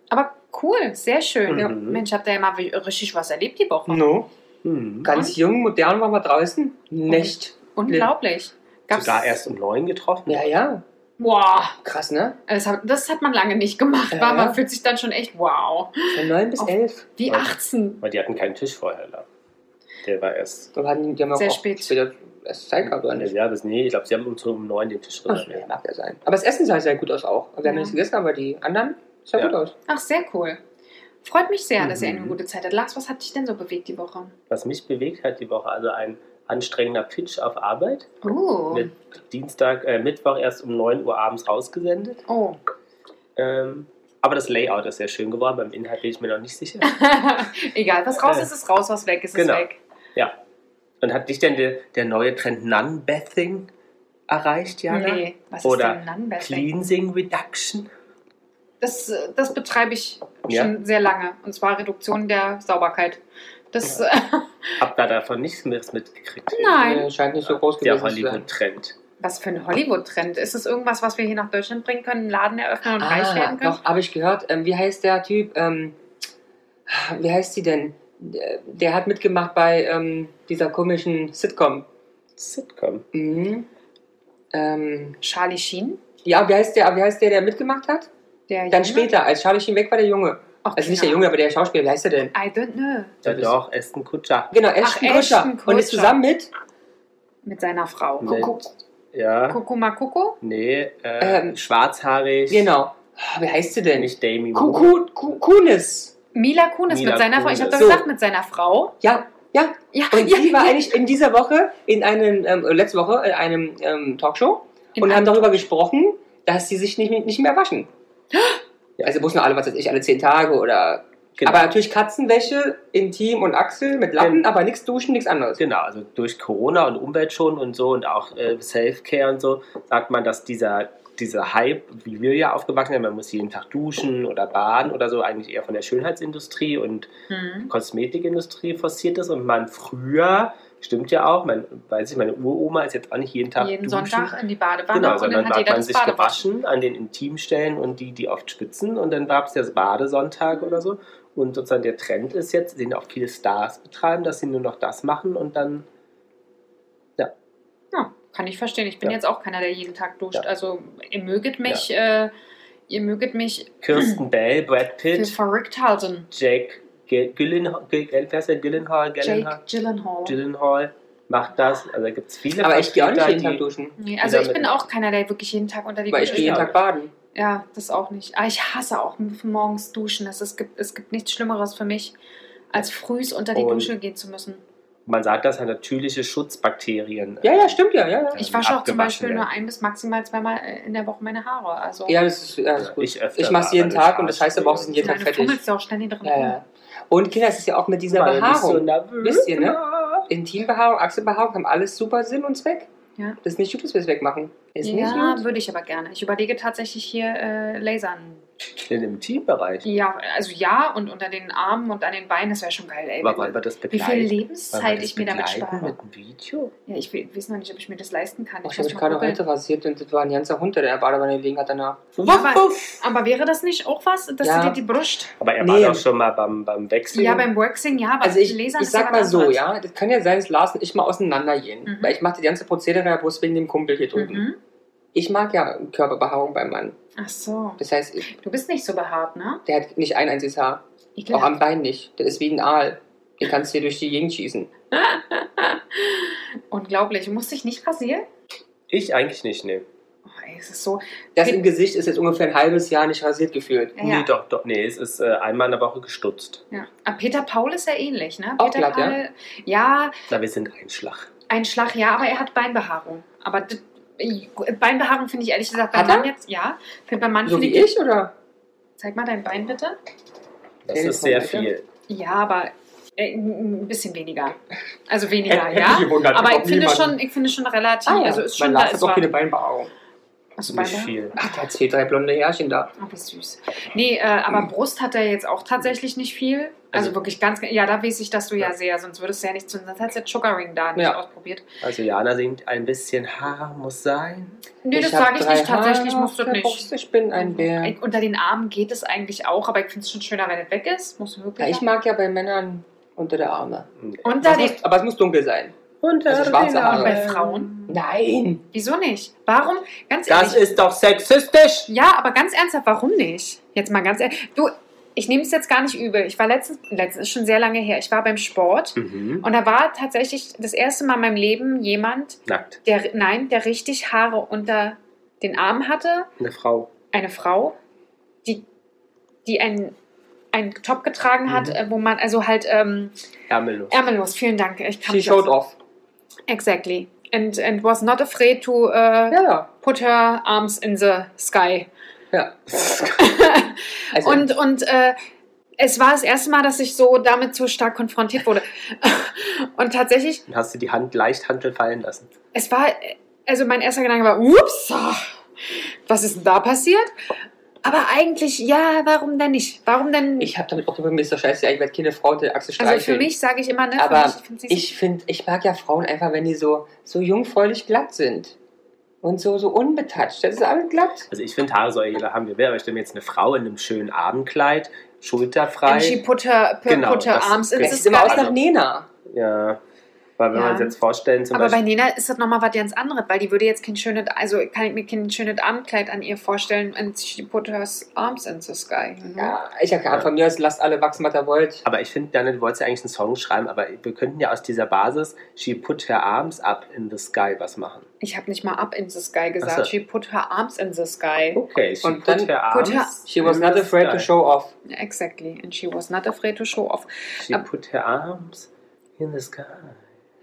S1: Aber cool, sehr schön.
S2: Mhm.
S1: Ja. Mensch, habt ihr ja mal wi- richtig was erlebt die Woche.
S4: No.
S2: Mhm.
S4: Ganz jung, modern waren wir draußen. Nicht.
S1: Unglaublich.
S2: Sogar erst um neun getroffen.
S4: Ja, ja.
S1: Wow,
S4: Krass, ne?
S1: das hat, das hat man lange nicht gemacht.
S4: Ja,
S1: weil man
S4: ja.
S1: fühlt sich dann schon echt wow.
S4: Von 9 bis
S1: Auf-
S4: 11.
S1: Wie
S2: Ja.
S1: 18.
S2: Weil die hatten keinen Tisch vorher da. Der war erst.
S4: Dann hatten die, die haben
S1: Sehr
S4: auch
S1: spät.
S4: später erst Zeit gehabt, oder nicht?
S2: Ja, das, nee, ich glaube, sie haben uns um neun den Tisch
S4: Ach,
S2: reserviert.
S4: mag ja sein. Aber das Essen sah sehr gut aus auch. Wir haben
S1: Ja.
S4: nichts gegessen, aber die anderen sah
S2: Ja.
S4: gut aus.
S1: Ach, sehr cool. Freut mich sehr, dass ihr eine
S2: Mhm.
S1: gute Zeit habt. Lars, was hat dich denn so bewegt die Woche?
S2: Was mich bewegt hat die Woche, also ein anstrengender Pitch auf Arbeit.
S1: Oh.
S2: Mit Dienstag, äh, Mittwoch erst um 9 Uhr abends rausgesendet.
S1: Oh.
S2: Ähm, aber das Layout ist sehr schön geworden. Beim Inhalt bin ich mir noch nicht sicher.
S1: Egal, was
S4: Äh,
S1: raus ist, ist raus, was weg ist,
S2: Genau.
S1: ist weg.
S2: Und hat dich denn der, der neue Trend Nun-Bathing erreicht, Jana?
S1: Nee, was
S2: Oder
S1: ist denn Nunbashing?
S2: Cleansing Reduction?
S1: Das, äh, das betreibe ich
S2: Ja.
S1: schon sehr lange. Und zwar Reduktion der Sauberkeit. Das, äh,
S2: Hab da davon nichts mehr mitgekriegt.
S1: nein.
S4: Äh, Scheint nicht so groß
S2: Der
S4: gewesen zu sein.
S2: Hollywood-Trend.
S1: Was für ein Hollywood-Trend. Ist es irgendwas, was wir hier nach Deutschland bringen können, einen Laden eröffnen und reich
S4: Ah,
S1: werden können?
S4: doch, habe ich gehört. Ähm, wie heißt der Typ? Ähm, wie heißt sie denn? Der, der hat mitgemacht bei ähm, dieser komischen Sitcom.
S2: Sitcom.
S4: Mhm. Ähm,
S1: Charlie Sheen,
S4: ja, wie heißt, der, wie heißt der, der mitgemacht hat?
S1: der
S4: Dann
S1: Junge?
S4: später, als Charlie Sheen weg war, der Junge.
S1: Ach,
S4: Also nicht der
S1: genau.
S4: Junge, aber der Schauspieler, wie heißt der denn?
S1: I don't know.
S2: Ja,
S4: Das ist-
S2: doch, Aston Kutscher.
S4: Genau, Ashton
S1: Ach,
S4: Kutcher.
S1: Ashton
S4: Und ist
S1: Kutcher.
S4: zusammen mit?
S1: Mit seiner Frau.
S2: Nee.
S1: Kuckuck.
S2: Ja.
S1: Kukuma Kuku?
S2: Nee, äh,
S4: Ähm,
S2: schwarzhaarig.
S4: Genau. Wie heißt sie denn?
S2: Nicht Damien.
S4: Kuku, Ku- Kunis.
S1: Mila Kunis
S2: Mila
S1: mit seiner Frau. Ich
S2: Kunis.
S1: habe doch
S4: So.
S1: gesagt, mit seiner Frau.
S4: Ja, ja.
S1: Ja,
S4: Und
S1: ja,
S4: sie war
S1: ja.
S4: eigentlich in dieser Woche, in einem, ähm, letzte Woche, in einem ähm, Talkshow
S1: In
S4: und haben
S1: einem-
S4: darüber gesprochen, dass sie sich nicht, nicht mehr waschen. Ja, also bloß nur alle, was weiß ich, alle zehn Tage oder.
S2: Genau.
S4: Aber natürlich Katzenwäsche, Intim und Achsel mit Lappen, aber nichts duschen, nichts anderes.
S2: Genau, also durch Corona und Umweltschonung und so und auch äh, Self-Care und so, sagt man, dass dieser, dieser Hype, wie wir ja aufgewachsen sind, man muss jeden Tag duschen oder baden oder so, eigentlich eher von der Schönheitsindustrie und
S1: Hm.
S2: Kosmetikindustrie forciert ist und man früher, stimmt ja auch, man, weiß ich, meine Uroma ist jetzt auch nicht jeden Tag
S1: Jeden
S2: duschen.
S1: Sonntag in die Badewanne
S2: Genau,
S1: und dann
S2: sondern
S1: hat
S2: hat
S1: jeder
S2: man
S1: das
S2: sich
S1: Badewasser.
S2: gewaschen an den Intimstellen und die, die oft spitzen. Und dann gab es ja Badesonntage oder so. Und sozusagen der Trend ist jetzt, den auch viele Stars betreiben, dass sie nur noch das machen und dann
S1: Ja, kann ich verstehen. Ich bin
S2: Ja.
S1: jetzt auch keiner, der jeden Tag duscht.
S2: Ja.
S1: Also ihr möget mich, äh, ihr möget mich
S2: Kirsten Bell, Brad
S1: für
S2: Pitt,
S1: verrückt halten.
S2: Jake Gyllenhaal, Gyllenhaal,
S1: Jake
S2: Gyllenhaal,
S1: Gyllenhaal.
S2: Gyllenhaal macht das. Also da gibt es viele
S4: Aber ich gehe auch nicht
S2: Vertreter,
S4: jeden Tag
S2: die-
S4: duschen.
S1: Nee, also
S2: Ja,
S1: ich bin
S2: mit-
S1: auch keiner, der wirklich jeden Tag
S4: Weil
S1: unterwegs
S4: ich
S1: ist.
S4: gehe
S2: halt.
S4: jeden Tag baden.
S1: Ja, das auch nicht. Aber ich hasse auch morgens duschen. Es, es, gibt, es gibt nichts Schlimmeres für mich, als frühs unter die
S2: Und-
S1: Dusche gehen zu müssen.
S2: Man sagt, das sind natürliche Schutzbakterien. Also
S4: Ja, ja, stimmt, ja, ja. ja.
S1: Ich wasche auch zum
S2: abgewaschen
S1: Beispiel
S2: werden.
S1: nur ein bis maximal zweimal äh, in der Woche meine Haare. Also
S4: Ja, das ist, ja, das ist
S2: Ja,
S4: gut.
S2: ich öfter
S4: ich mache es
S2: mal,
S4: jeden
S2: weil ich
S4: Tag und das heißt aber auch,
S2: Arsch
S4: sie sind
S2: bin.
S4: jeden Tag
S1: meine
S4: fertig.
S1: fummelst ja auch ständig drin.
S4: Ja, ja. Und Kinder, das ist ja auch mit dieser
S2: Weil du bist so
S4: Behaarung.
S2: nervös.
S4: Wisst ihr, ne? Intimbehaarung, Achselbehaarung haben alles super Sinn und Zweck.
S1: Ja.
S4: Das ist nicht gut, dass wir es wegmachen. Ist
S1: Ja,
S4: nicht gut.
S1: würde ich aber gerne. Ich überlege tatsächlich hier äh, Lasern.
S2: In dem Teambereich.
S1: Ja, also ja, und unter den Armen und an den Beinen, das wäre schon geil, ey.
S2: Aber wollen wir das
S1: wie viel
S2: begleiten? Wollen wir
S1: Lebenszeit
S2: das
S1: ich mir damit
S2: begleiten
S1: spare.
S2: Mit einem Video?
S1: Ja, ich we- weiß noch nicht, ob ich mir das leisten kann.
S4: Oh, ich
S1: muss
S4: habe mich
S1: mal
S4: gerade
S1: gucken.
S4: heute rasiert und das war ein ganzer Hund, der in der Badewanne gelegen hat danach.
S1: Wuff, aber- Aber wäre das nicht auch was, dass
S4: Ja.
S1: du dir die Brust.
S2: Aber er
S4: Nee.
S2: war doch schon mal beim, beim Wechsel.
S1: Ja, beim Waxing, ja, aber
S4: Also ich,
S1: Lasern
S4: ich
S1: ist
S4: sag
S1: ja
S4: mal
S1: was
S4: so,
S1: anderes.
S4: ja, das kann ja sein, dass Lars und ich mal auseinandergehen.
S1: Mhm.
S4: Weil ich mache das ganze Prozedere ja bloß wegen dem Kumpel hier drüben.
S1: Mhm.
S4: Ich mag ja Körperbehaarung beim Mann.
S1: Ach so.
S4: Das heißt, ich,
S1: Du bist nicht so behaart, ne?
S4: der hat nicht ein einziges Haar.
S1: Ich
S4: Auch am Bein nicht. Der ist wie ein Aal. Den kannst du dir durch die Gegend schießen.
S1: Unglaublich. Du musst dich nicht rasieren?
S2: Ich eigentlich nicht, ne.
S1: Oh, ey, es ist so.
S4: Das im Gesicht ist jetzt ungefähr ein halbes Jahr nicht rasiert gefühlt.
S1: Ja, ja.
S2: Nee, doch, doch. Nee, es ist äh, einmal in der Woche gestutzt.
S1: Ja. Aber Peter Paul ist ja ähnlich, ne?
S4: Auch
S1: Peter
S4: glatt, ja?
S1: Paul, ja?
S2: Na, wir sind ein Schlag.
S1: ein Schlag, ja, aber er hat Beinbehaarung. Aber d- Beinbehaarung finde ich ehrlich gesagt beim
S4: Hat er?
S1: Mann jetzt, ja. Find- Beim Mann
S4: So
S1: finde
S4: wie ich, oder?
S1: Zeig mal dein Bein bitte.
S2: Das
S4: Okay,
S2: ist sehr
S4: komm,
S2: viel.
S1: Ja, aber äh, ein bisschen weniger. Also weniger,
S4: Hätte-
S1: ja.
S4: hätte gewundert,
S1: Aber ich
S4: überhaupt
S1: finde,
S4: niemanden.
S1: schon, ich finde schon relativ.
S4: Ah ja,
S1: Also ist
S4: mein
S1: schon da
S4: Lars hat
S1: ist
S4: auch
S1: was.
S4: keine Beinbehaarung.
S1: Hast du
S2: Nicht
S1: Beinbehaarung?
S2: viel.
S4: Ach, der hat zwei, drei blonde Härchen da.
S1: Oh, wie süß. Nee, äh, aber
S4: Mhm.
S1: Brust hat er jetzt auch tatsächlich nicht viel. Also
S2: Also-
S1: wirklich ganz, ja, da weiß ich, dass du ja,
S2: Ja.
S1: sehr, sonst würdest du ja nicht zu, sonst hättest du jetzt Sugaring da nicht
S4: Ja.
S1: ausprobiert.
S2: Also Jana singt, ein bisschen Haar muss sein.
S1: Nee, das
S4: hab
S1: sage ich
S4: drei
S1: nicht, tatsächlich
S4: Haare
S1: musst du
S4: auf der
S1: nicht.
S4: Brust, Ich bin ein Bär.
S1: Ey, Unter den Armen geht es eigentlich auch, aber ich finde es schon schöner, wenn es weg ist. Musst du
S4: Ja,
S1: wirklich.
S4: ich mag ja bei Männern unter der Arme.
S1: Unter
S4: Das
S1: den,
S4: muss, aber es muss dunkel sein.
S2: Unter
S4: Also schwarze
S2: den
S4: Haare.
S1: Bei Frauen?
S4: Nein.
S1: wieso nicht? Warum? Ganz
S2: Das
S1: ehrlich.
S2: ist doch sexistisch.
S1: Ja, aber ganz ernsthaft, warum nicht? Jetzt mal ganz ehrlich. Du, ich nehme es jetzt gar nicht übel. Ich war letztens, letztens ist schon sehr lange her, ich war beim Sport
S2: Mhm.
S1: und da war tatsächlich das erste Mal in meinem Leben jemand,
S2: Nackt.
S1: der, nein, der richtig Haare unter den Armen hatte,
S2: Eine Frau.
S1: eine Frau, die, die einen, einen Top getragen hat,
S2: Mhm.
S1: äh, wo man, also halt ähm,
S2: Ärmellos.
S1: ärmellos, vielen Dank. Ich kann
S4: She
S1: mich
S4: showed
S1: auch-
S4: off.
S1: Exactly. And, and was not afraid to uh,
S4: Ja, ja.
S1: put her arms in the sky.
S4: ja. Also,
S1: und und äh, es war das erste Mal, dass ich so damit so stark konfrontiert wurde. und tatsächlich,
S2: Und hast du die Hand leicht Handel fallen lassen.
S1: es war, also mein erster Gedanke war, ups, ah, was ist denn da passiert? Aber eigentlich, ja, warum denn nicht? Warum denn
S4: ich habe damit auch über Mr. Scheiße, ich werde keine Frau der Achse streicheln.
S1: Also für mich sage ich immer, ne, für
S4: Aber
S1: mich, find's nicht
S4: Ich finde, ich mag ja Frauen einfach, wenn die so, so jungfräulich glatt sind. Und so, so unbetatscht. Das ist alles glatt.
S2: Also ich finde Haare soll jeder haben, wie will, aber ich stelle mir jetzt eine Frau in einem schönen Abendkleid,
S1: so- And she
S2: schulterfrei.
S1: put her, put,
S2: Genau,
S1: put her
S2: das-
S1: arms in
S2: das
S1: the
S4: sieht immer aus
S1: sky.
S4: nach Nena.
S2: Ja. Weil wenn
S1: Ja.
S2: wir uns jetzt vorstellen, zum
S1: Aber bei
S2: Beispiel.
S1: Nena ist das nochmal was ganz anderes, weil die würde jetzt kein schönes, also kann ich mir kein schönes Abendkleid an ihr vorstellen and she put her arms in the sky. Mhm.
S4: Ja, ich habe gehabt von mir aus, lasst alle wachsen, was ihr wollt.
S2: Aber ich finde, Janet, du wolltest ja eigentlich einen Song schreiben, aber wir könnten ja aus dieser Basis She put her arms up in the sky was machen.
S1: Ich habe nicht mal up in the sky
S2: Ach so.
S1: gesagt, she put her arms in the sky.
S4: Oh.
S2: Okay, she
S4: Und
S2: put
S4: dann-
S2: her
S1: Put
S2: arms.
S1: her-
S4: She was
S2: in
S4: not
S2: the
S4: afraid to
S2: sky.
S4: show off.
S1: Exactly. And she was not afraid to show off.
S2: She put her arms in the sky.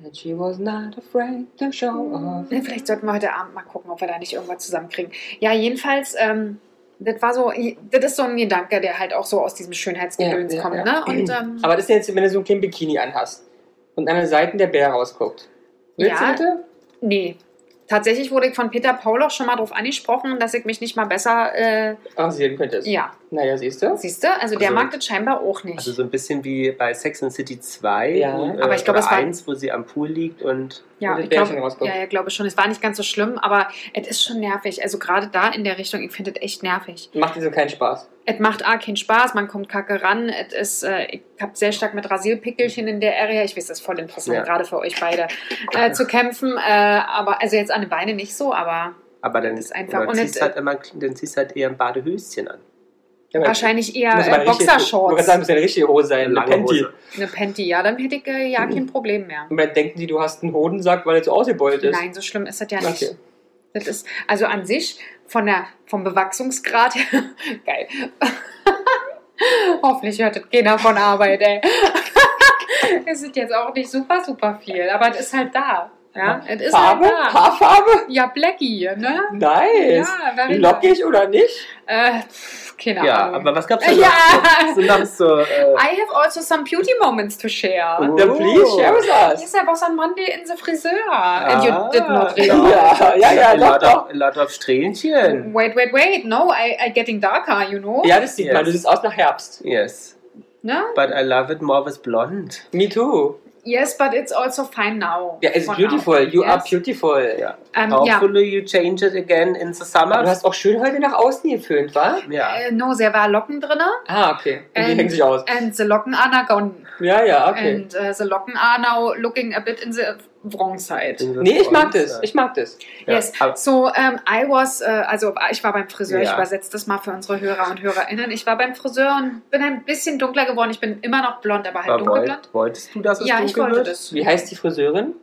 S4: And she was not afraid to show off.
S1: Ne, Vielleicht sollten wir heute Abend mal gucken, ob wir da nicht irgendwas zusammenkriegen. Ja, jedenfalls, ähm, das war so, das ist so ein Gedanke, der halt auch so aus diesem Schönheitsgedöns
S4: Ja, ja,
S1: kommt,
S4: ja.
S1: ne? Und, ähm,
S4: Aber das ist jetzt, wenn du so ein kleines Bikini anhast und an den Seiten der Bär rausguckt. Willst
S1: Ja.
S4: du bitte?
S1: Nee. Tatsächlich wurde ich von Peter Paul auch schon mal darauf angesprochen, dass ich mich nicht mal besser. Äh,
S4: Rasieren könntest.
S1: ja,
S4: Naja, siehst du?
S1: siehst du? Also der
S2: Also-
S1: mag das scheinbar auch nicht.
S2: Also so ein bisschen wie bei Sex and the City 2
S4: Ja.
S2: äh,
S1: Aber ich glaub,
S2: oder
S1: es war-
S2: 1, wo sie am Pool liegt und
S1: ja,
S4: wo das
S1: ich glaube
S4: Bärchen rausguckt.
S1: ja, ja, glaube schon. Es war nicht ganz so schlimm, aber es ist schon nervig. Also gerade da in der Richtung, ich finde es echt nervig.
S4: Macht dir so keinen Spaß.
S1: Es macht A keinen Spaß, man kommt kacke ran. Es ist, äh, ich habe sehr stark mit Rasierpickelchen in der Area, ich weiß, das ist voll interessant,
S2: Ja.
S1: gerade für euch beide, äh, zu kämpfen. Äh, aber also jetzt an den Beinen nicht so, aber
S2: aber dann,
S1: Das ist einfach-
S2: dann
S1: und
S2: ziehst
S1: jetzt-
S2: halt immer dann ziehst halt eher ein Badehöschen an.
S4: aber
S1: Wahrscheinlich eher
S4: muss aber
S1: äh,
S4: eine richtige- Man kann
S1: Boxershorts.
S4: sagen, muss eine richtige Hose sein, eine
S2: Lange
S4: Panty.
S2: Hose.
S1: Eine Panty, ja, dann hätte ich äh, ja kein Problem mehr.
S4: Und dann denken die, du hast einen Hodensack, weil er so ausgebeult ist.
S1: Nein, so schlimm ist das ja nicht.
S4: Okay.
S1: Das ist, also an sich, von der, vom Bewachsungsgrad her, geil. Hoffentlich hört das keiner von Arbeit, ey. Es ist jetzt auch nicht super, super viel, aber es ist halt da. Ja, es ist
S4: Farbe?
S1: halt da.
S4: Haarfarbe?
S1: Ja, Blackie, ne?
S4: Nice.
S1: Ja, very
S4: Lockig oder nicht?
S1: Äh, pff, keine
S2: Ja,
S1: Ahnung.
S2: aber was gab's denn
S1: Ja.
S2: noch? Ja. Noch so, äh,
S1: I have also some beauty moments to share.
S2: Oh.
S4: Then please share with us.
S1: Yes, I was on Monday in the Friseur. And you did not
S2: Ah.
S1: really
S4: Ja, ja, ja,
S2: a lot,
S4: doch,
S2: of, a lot of Strähnchen.
S1: Wait, wait, wait. No, I, I getting darker, you know?
S4: Ja, das sieht man.
S2: Yes.
S4: Du siehst aus nach Herbst.
S2: Yes.
S1: Ne?
S2: But I love it more with blonde.
S4: Me too.
S1: Yes, but it's also fine now.
S4: Ja, it's
S1: For
S4: beautiful.
S1: now.
S4: You
S1: yes.
S4: are beautiful.
S2: Ja.
S1: Ähm, ja.
S2: Hopefully you change it again in the summer.
S4: Du hast auch schön heute nach außen geföhnt, wa?
S2: ja.
S1: Äh, no, there were Locken drin.
S4: Ah, okay. Und die
S1: Ähm,
S4: hängen sich aus.
S1: And the Locken are now gone.
S4: Ja, ja, okay.
S1: And uh, the Locken are now looking a bit in the wrong side.
S2: In the
S4: Nee, ich mag
S2: blonde
S4: das.
S2: side.
S4: Ich mag das.
S2: Ja,
S1: Yes,
S2: aber-
S1: so ähm, I was, äh, also ich war beim Friseur, ich
S2: Ja.
S1: übersetze das mal für unsere Hörer und Hörerinnen. Ich war beim Friseur und bin ein bisschen dunkler geworden. Ich bin immer noch blond, aber halt
S2: aber
S1: dunkelblond.
S2: wollt, wolltest du, dass es
S1: Ja,
S2: dunkel
S1: ich wollte
S2: wird?
S1: das.
S4: Wie heißt die Friseurin?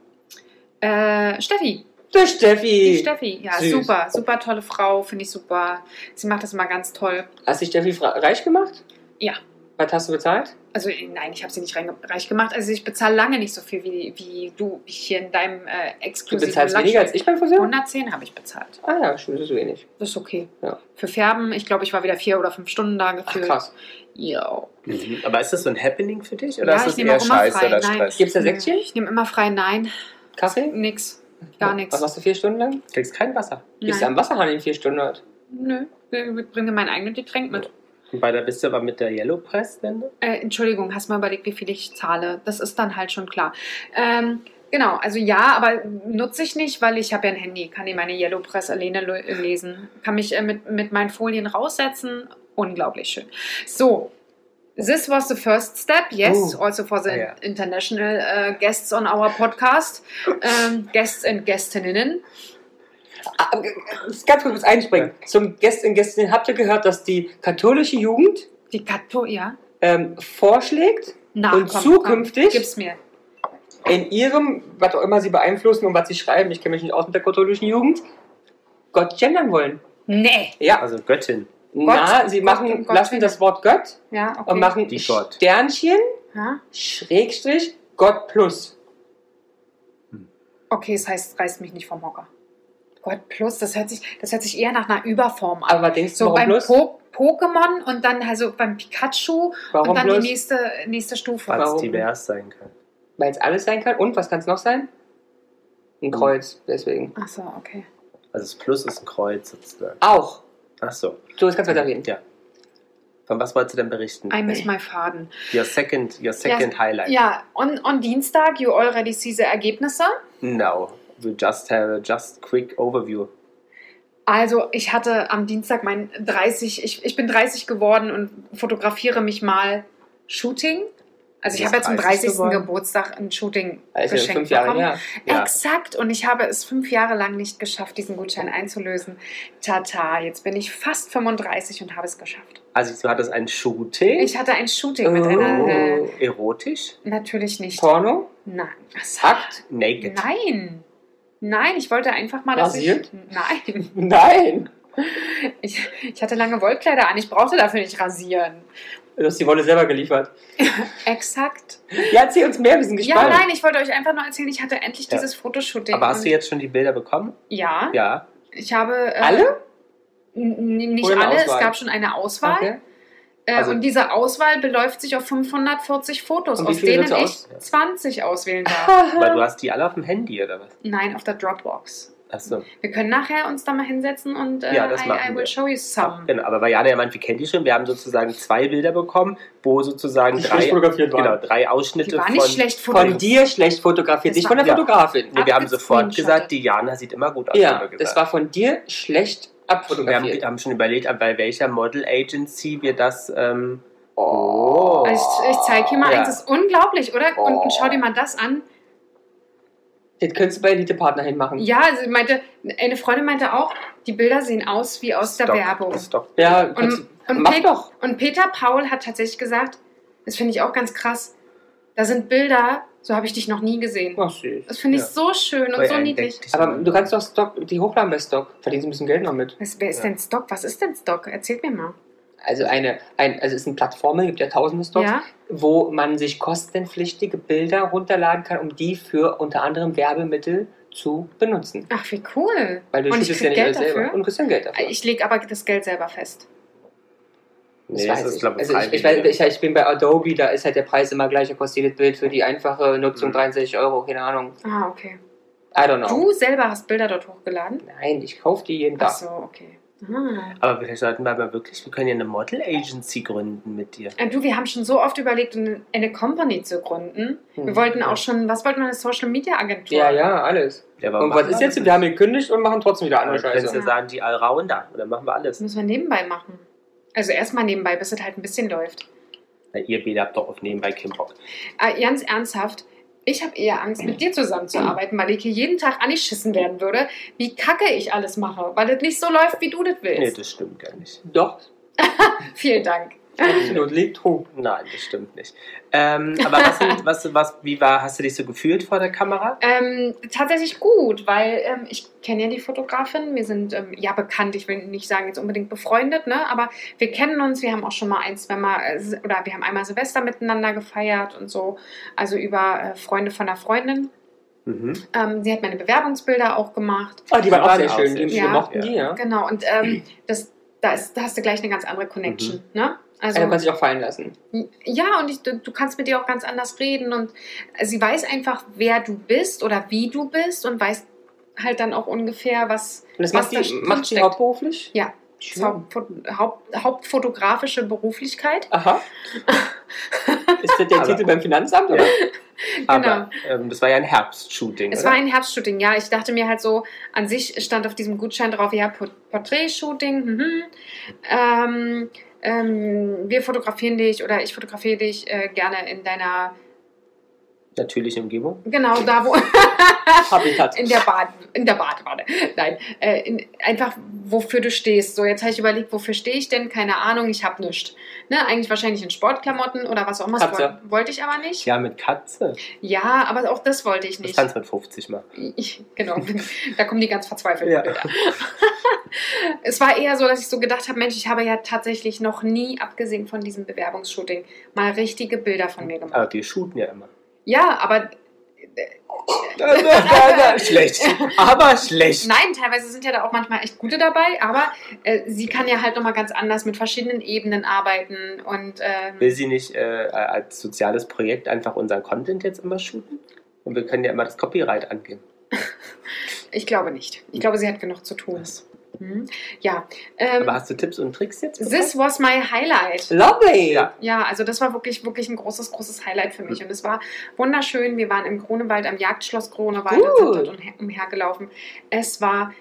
S1: Äh, Steffi,
S4: Der
S1: die
S4: Steffi.
S1: Steffi, ja,
S4: Süß.
S1: super, super tolle Frau, finde ich super. Sie macht das immer ganz toll.
S4: Hast du Steffi fra- reich gemacht?
S1: Ja.
S4: Was hast du bezahlt?
S1: Also äh, nein, ich habe sie nicht reinge- reich gemacht. Also ich bezahle lange nicht so viel wie, wie du hier in deinem äh,
S4: Du
S1: exklusiven
S4: bezahlst
S1: Luxury-
S4: weniger als ich beim Friseur?
S1: 110 habe ich bezahlt.
S4: Ah ja, schon so wenig.
S1: Das ist okay.
S4: Ja.
S1: Für Färben, ich glaube, ich war wieder vier oder fünf Stunden da
S4: Ach
S1: gefühlt.
S4: krass.
S1: Yo.
S2: Mhm. Aber ist das so ein Happening für dich oder
S1: Ja,
S2: ist
S1: ich
S2: das
S1: nehme
S2: eher
S1: auch immer
S2: Scheiße
S1: frei.
S2: oder
S1: Nein.
S2: Stress?
S4: Gibt's da Säckchen?
S1: Ich nehme immer frei, nein,
S4: Kaffee?
S1: nix, gar nichts.
S4: Was machst du vier Stunden lang?
S2: Du kriegst kein Wasser.
S4: Gibst du
S1: Nein.
S4: am Wasserhahn in vier Stunden dort?
S1: Nö, ich bringe mein eigenes Getränk mit.
S2: Und bei der bist du aber mit der Yellow Press denn?
S1: Äh, Entschuldigung, hast mal überlegt, wie viel ich zahle. Das ist dann halt schon klar. Ähm, genau, also ja, aber nutze ich nicht, weil ich habe ja ein Handy, kann ich meine Yellow Press alleine lo- äh, lesen, kann mich äh, mit, mit meinen Folien raussetzen. Unglaublich schön. So. This was the first step, yes,
S4: Oh.
S1: also for the
S2: Ah, ja.
S1: international äh, guests on our podcast, ähm, guests and guestinnen.
S4: Ah, aber, äh, ganz kurz muss einspringen. Zum Gästin, Gästin, habt ihr gehört, dass die katholische Jugend
S1: Die Katpo, ja.
S4: ähm, vorschlägt,
S1: Na,
S4: Und zukünftig-
S1: Komm, gib's mir.
S4: in ihrem, was auch immer sie beeinflussen und was sie schreiben, ich kenne mich nicht aus mit der katholischen Jugend, Gott gendern wollen.
S1: Nee.
S4: Ja.
S2: Also Göttin.
S4: Na, sie
S1: Gott
S4: machen,
S1: und Gott
S4: lassen das Wort Gött
S1: Ja, okay.
S4: und machen
S2: Die Gott.
S4: Sternchen,
S1: ja?
S4: Schrägstrich, Gott plus.
S1: Okay, es heißt, reißt mich nicht vom Hocker. Gott, plus, das hört sich, das hört sich eher nach einer Überform an.
S4: Aber was denkst du,
S1: So
S4: warum
S1: beim
S4: plus?
S1: po Pokémon und dann also beim Pikachu und
S4: Warum
S1: dann
S4: plus?
S1: die nächste, nächste Stufe.
S2: Weil
S4: Warum?
S2: es divers sein kann.
S4: Weil es alles sein kann. Und was kann es noch sein? Ein Kreuz, deswegen.
S1: Ach so, okay.
S2: Also das Plus ist ein Kreuz sozusagen.
S4: Auch.
S2: Ach so.
S4: So, jetzt kannst du weiterreden.
S2: Ja. Von was wolltest du denn berichten?
S1: I miss my Faden.
S2: Your second, your second highlight.
S1: Ja, on, on Dienstag, you already see the Ergebnisse.
S2: No. We just have a just quick overview.
S1: Also, ich hatte am Dienstag mein 30, ich, ich bin 30 geworden und fotografiere mich mal Shooting. Also, ich
S2: Du bist
S1: habe ja zum
S2: 30
S1: 30.
S2: geworden?
S1: Geburtstag ein Shooting
S4: Also
S1: geschenkt
S4: fünf Jahre
S1: bekommen.
S4: her.
S2: Ja.
S1: Exakt, und ich habe es fünf Jahre lang nicht geschafft, diesen Gutschein einzulösen. Tata, jetzt bin ich fast 35 und habe es geschafft.
S2: Also du hattest ein Shooting.
S1: Ich hatte ein Shooting mit einer. Äh,
S4: Oh.
S2: Erotisch?
S1: natürlich nicht.
S4: Porno,
S1: Nein. Was?
S4: Akt.
S2: Naked.
S1: Nein. Nein, ich wollte einfach mal, dass
S4: Rasiert?
S1: ich. Nein.
S4: Nein.
S1: Ich, ich hatte lange Wollkleider an, ich brauchte dafür nicht rasieren.
S4: Du hast die Wolle selber geliefert.
S1: Exakt.
S4: Ja, erzähl uns mehr, wir sind
S1: Ja,
S4: gespannt.
S1: nein, ich wollte euch einfach nur erzählen, ich hatte endlich
S2: Ja.
S1: dieses Fotoshooting.
S2: Aber hast du
S1: und-
S2: jetzt schon die Bilder bekommen?
S1: Ja.
S2: Ja.
S1: Ich habe. äh,
S4: Alle?
S1: n- n- Nicht
S4: Oder eine
S1: alle, es
S4: Auswahl?
S1: gab schon eine Auswahl.
S4: Okay.
S1: Äh,
S2: Also-
S1: und diese Auswahl beläuft sich auf 540 Fotos,
S4: Und wie
S1: aus
S4: viele
S1: denen ich
S4: nimmst
S1: 20 auswählen darf.
S2: Weil du hast die alle auf dem Handy oder was?
S1: Nein, auf der Dropbox.
S2: Achso.
S1: Wir können nachher uns da mal hinsetzen und äh,
S2: Ja, das
S1: I,
S2: machen
S1: I will
S2: wir.
S1: show you some.
S2: Genau, aber Jana, ja, meint, wir kennen die schon. Wir haben sozusagen zwei Bilder bekommen, wo sozusagen
S4: Die
S2: drei,
S4: schlecht fotografiert waren.
S2: genau, drei Ausschnitte
S1: Die war
S2: von.
S1: nicht schlecht
S4: Von
S1: fotografiert.
S4: dir schlecht fotografiert,
S1: Das
S4: nicht
S1: war-
S4: von der
S2: Ja.
S4: Fotografitin.
S2: Nee, wir haben sofort
S1: Abgescreenshottet.
S2: gesagt, die Jana sieht immer gut aus. haben
S4: Ja,
S2: wir gesagt.
S4: das war von dir schlecht
S2: wir haben,
S4: abfotografiert.
S2: haben schon überlegt, bei welcher Model Agency wir das. Ähm,
S4: Oh.
S1: Also ich ich zeige hier mal
S2: Ja.
S1: eins, das ist unglaublich, oder? Und,
S4: Oh.
S1: und schau dir mal das an.
S4: Das könntest du bei Elite-Partner hinmachen.
S1: Ja, sie meinte, eine Freundin meinte auch, Die Bilder sehen aus wie aus der
S2: Stock,
S1: Werbung.
S2: Stock.
S4: Ja,
S1: Und,
S4: kannst,
S1: und,
S4: mach
S1: Pet-
S4: doch.
S1: und Peter Paul hat tatsächlich gesagt, das finde ich auch ganz krass, da sind Bilder, so habe ich dich noch nie gesehen.
S4: Ach, süß.
S1: Das finde ich
S2: Ja.
S1: so schön und
S2: Weil
S1: so
S2: er
S1: niedlich.
S2: entdeckt dich
S4: Aber
S2: Äh, mal.
S4: du kannst doch Stock, die hochladen bei Stock. Verdienst ein bisschen Geld noch mit.
S1: Was, wer ist
S2: Ja.
S1: denn Stock? Was ist denn Stock? Erzählt mir mal.
S4: Also eine, ein, also es sind Plattformen, gibt ja tausende Stocks,
S1: Ja?
S4: wo man sich kostenpflichtige Bilder runterladen kann, um die für unter anderem Werbemittel zu benutzen.
S1: Ach, wie cool.
S4: Weil du
S1: Und ich
S4: shootest
S1: krieg Geld
S4: alles
S1: dafür?
S4: Und du kriegst dann Geld dafür.
S1: Ich lege aber das Geld selber fest.
S2: Nee,
S4: das
S2: das
S4: weiß
S2: ist,
S4: ich.
S2: glaube ich,
S4: Also ich, ich, weiß, ich, ich bin bei Adobe, da ist halt der Preis immer gleich, da kostet jedes Bild für die einfache Nutzung
S2: Mhm.
S4: 63 Euro, keine Ahnung.
S1: Ah, okay.
S4: I don't
S2: Genau.
S4: know.
S1: Du selber hast Bilder dort hochgeladen?
S4: Nein, ich kaufe die jeden
S1: Ach
S4: Tag.
S1: so, okay. Ah.
S2: aber vielleicht sollten wir aber wirklich, wir können ja eine Model Agency gründen mit dir.
S1: Äh, Du, wir haben schon so oft überlegt, eine- eine Company zu gründen. Wir
S4: Hm.
S1: wollten auch schon, was wollten wir, eine Social Media Agentur?
S4: Ja, ja, alles.
S2: Mhm. Ja, aber
S4: Und
S2: machen
S4: was ist
S2: wir
S4: jetzt?
S2: alles.
S4: Wir haben gekündigt und machen trotzdem wieder
S2: Aber
S4: andere
S2: du kannst
S4: Scheiße.
S2: ja sagen, die Allrounder. Und dann machen wir
S1: Das
S2: alles.
S1: müssen wir nebenbei machen. Also erstmal nebenbei, bis es halt ein bisschen läuft.
S2: Weil ihr beide habt doch auf nebenbei Kim Bock.
S1: Äh, ganz ernsthaft, ich habe eher Angst, mit dir zusammenzuarbeiten, weil ich hier jeden Tag angeschissen werden würde, wie kacke ich alles mache, weil es nicht so läuft, wie du das
S2: Nee,
S1: willst.
S2: das stimmt gar nicht.
S4: Doch,
S1: Vielen Dank.
S4: absolut, liegt hoch.
S2: Nein, das stimmt nicht. Ähm, aber was, sind- was, was, wie war, hast du dich so gefühlt vor der Kamera?
S1: Ähm, tatsächlich gut, weil ähm, ich kenne ja die Fotografin, wir sind ähm, ja bekannt, ich will nicht sagen jetzt unbedingt befreundet, ne? aber wir kennen uns, wir haben auch schon mal ein, zwei Mal, äh, S- oder wir haben einmal Silvester miteinander gefeiert und so, also über äh, Freunde von einer Freundin.
S2: Mhm.
S1: Ähm, sie hat meine Bewerbungsbilder auch gemacht.
S4: Ah, die waren
S2: Die
S4: auch
S2: waren
S4: sehr
S2: auch
S4: schön.
S2: sehr
S4: Die
S1: schön.
S4: wir mochten
S2: Ja.
S4: die, ja.
S1: Genau, und ähm, das, da, ist, da hast du gleich eine ganz andere Connection. Ne? Also,
S4: Also, du kannst dich auch fallen lassen.
S1: ja, und ich, du, du kannst mit ihr auch ganz anders reden und sie weiß einfach, wer du bist oder wie du bist und weiß halt dann auch ungefähr, was
S4: Und das
S1: Was
S4: macht
S1: da
S4: die,
S1: drin
S4: macht die
S1: steckt.
S4: hauptberuflich?
S1: Ja.
S4: Schön.
S1: ist Hauptfo- Haupt, hauptfotografische Beruflichkeit.
S4: Aha. Ist das der
S2: Aber-
S4: Titel beim Finanzamt? Oder?
S2: Aber ähm, das war ja ein Herbstshooting.
S1: Genau. Es
S2: oder?
S1: war ein Herbstshooting, ja. Ich dachte mir halt so, an sich stand auf diesem Gutschein drauf, ja, Por- Porträtshooting, mhm. ähm, ähm, wir fotografieren dich oder ich fotografiere dich äh, gerne in deiner,
S2: Natürliche Umgebung. halt
S1: genau da, wo,
S4: Habitat.
S1: in der, Bad, in der Badewanne. Nein, äh, in, einfach wofür du stehst. So, jetzt habe ich überlegt, wofür stehe ich denn? Keine Ahnung, ich habe nichts. Ne, eigentlich wahrscheinlich in Sportklamotten oder was auch immer. Das
S4: Katze.
S1: woll- wollte ich aber nicht.
S2: Ja, mit Katze.
S1: Ja, aber auch das wollte ich
S2: Das
S1: nicht.
S2: kannst du mit 50 machen.
S1: Ich- Genau, da kommen die ganz verzweifelt.
S2: Ja.
S1: Bilder. es war eher so, dass ich so gedacht habe, Mensch, ich habe ja tatsächlich noch nie, abgesehen von diesem Bewerbungsshooting, mal richtige Bilder von mir gemacht.
S2: Aber wir shooten ja immer.
S1: Ja, aber
S4: ne?
S2: schlecht. Aber schlecht.
S1: nein, teilweise sind ja da auch manchmal echt gute dabei, aber äh, sie kann ja halt nochmal ganz anders mit verschiedenen Ebenen arbeiten und
S2: Will
S1: ähm,
S2: sie nicht äh, als soziales Projekt einfach unseren Content jetzt immer shooten? Und wir können ja immer das Copyright angehen.
S1: ich glaube nicht. Ich glaube, sie hat genug zu tun. Hm? Ja.
S2: Aber
S1: Ähm,
S2: hast du Tipps und Tricks jetzt?
S1: this was my highlight.
S4: Lovely.
S2: Ja.
S1: Ja, also das war wirklich, wirklich ein großes, großes Highlight für mich. Und es war wunderschön. Wir waren im Grunewald am Jagdschloss Grunewald und sind
S4: Gut.
S1: dort umher- umhergelaufen. Es war.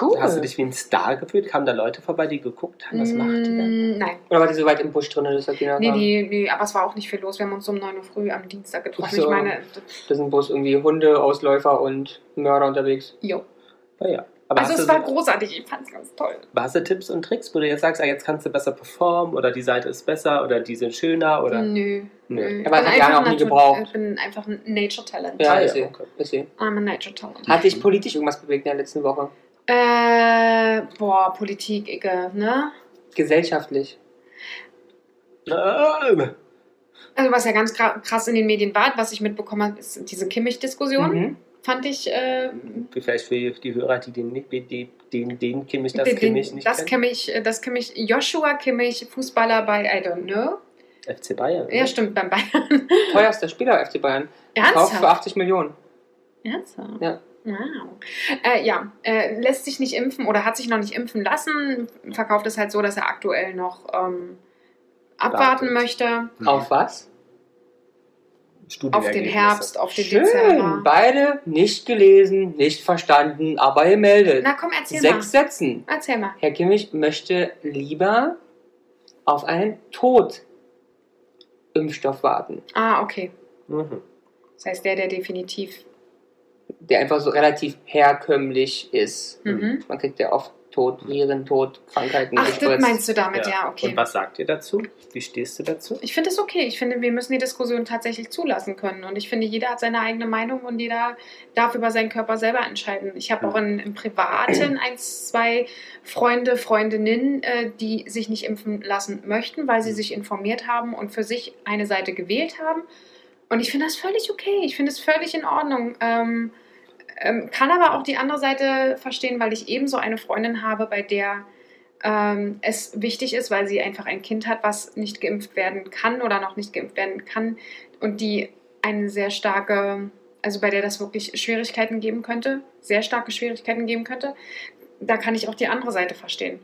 S4: Cool.
S2: Hast du dich wie ein Star gefühlt? Kamen da Leute vorbei, die geguckt haben? Was macht die da?
S1: Mm, Nein.
S4: Oder war die so weit im Busch drin, dass das
S1: Nee,
S4: nee,
S1: die, die, aber es war auch nicht viel los. Wir haben uns um 9 Uhr früh am Dienstag getroffen.
S4: Ach so.
S1: Ich meine,
S4: Da sind bloß irgendwie Hunde, Ausläufer und Mörder unterwegs.
S1: jo.
S2: Naja. Oh Aber
S1: Also
S2: hast,
S1: es
S2: du,
S1: war großartig. Ich fand es ganz toll.
S2: aber hast du Tipps und Tricks, wo du jetzt sagst, ah, jetzt kannst du besser performen oder die Seite ist besser oder die sind schöner oder.
S1: Nö.
S2: Nö.
S1: Ich
S4: Aber
S1: bin
S4: hat Jana
S1: einfach
S4: auch nie
S1: Natur-
S4: gebraucht.
S1: Ich bin einfach ein Nature Talent.
S4: Ja,
S2: Ah,
S4: ist,
S2: ja,
S4: sie,
S2: okay.
S4: ist sie.
S1: I'm a Nature Talent.
S4: Hat
S2: Mhm.
S4: dich politisch irgendwas bewegt in der letzten Woche?
S1: Äh, boah, Politik, Icke, ne?
S4: Gesellschaftlich.
S2: Ähm.
S1: Also was ja ganz gra- krass in den Medien war, was ich mitbekommen habe, ist diese Kimmich-Diskussion.
S4: Mhm.
S1: Fand ich, äh,
S2: Vielleicht für die Hörer, die den, nicht- die- den, den Kimmich, das
S1: den-
S2: Kimmich nicht
S1: das
S2: kennen.
S1: Kimmich, äh, das Kimmich, Joshua Kimmich, Fußballer bei I don't know.
S2: FC Bayern.
S4: Mhm.
S1: Ja, stimmt, beim Bayern.
S4: Teuerster Spieler FC Bayern. Kauft für
S1: Ernsthaft?
S4: 80 Millionen.
S1: Ernsthaft?
S4: Ja.
S1: Wow. Äh, ja, äh, lässt sich nicht impfen oder hat sich noch nicht impfen lassen, verkauft es halt so, dass er aktuell noch ähm, abwarten
S2: Wartet.
S1: möchte.
S2: Mhm.
S4: Auf was?
S1: Auf den
S2: Studienergebnisse.
S1: Herbst, auf den
S4: Schön.
S1: Dezember.
S4: Beide nicht gelesen, nicht verstanden, aber gemeldet.
S1: Na komm, erzähl
S4: Sechs Sätzen.
S1: mal. Erzähl mal.
S4: Herr Kimmich möchte lieber auf einen Totimpfstoff warten.
S1: Ah, okay.
S2: Mhm.
S1: Das heißt, der, der definitiv
S4: der einfach so relativ herkömmlich ist.
S1: Mhm.
S4: Man kriegt ja oft Tod, Viren, Tod, Krankheiten
S1: Ach, das
S4: gespritzt.
S1: meinst du damit, ja, okay.
S2: Und was sagt ihr dazu? Wie stehst du dazu?
S1: Ich finde es okay. Ich finde, wir müssen die Diskussion tatsächlich zulassen können. Und ich finde, jeder hat seine eigene Meinung und jeder darf über seinen Körper selber entscheiden. Ich habe auch in, im Privaten eins, zwei Freunde, Freundinnen, äh, die sich nicht impfen lassen möchten, weil sie sich informiert haben und für sich eine Seite gewählt haben. Und ich finde das völlig okay. Ich finde es völlig in Ordnung. Ähm, ähm, kann aber auch die andere Seite verstehen, weil ich ebenso eine Freundin habe, bei der ähm, es wichtig ist, weil sie einfach ein Kind hat, was nicht geimpft werden kann oder noch nicht geimpft werden kann und die eine sehr starke, also bei der das wirklich Schwierigkeiten geben könnte, sehr starke Schwierigkeiten geben könnte. Da kann ich auch die andere Seite verstehen.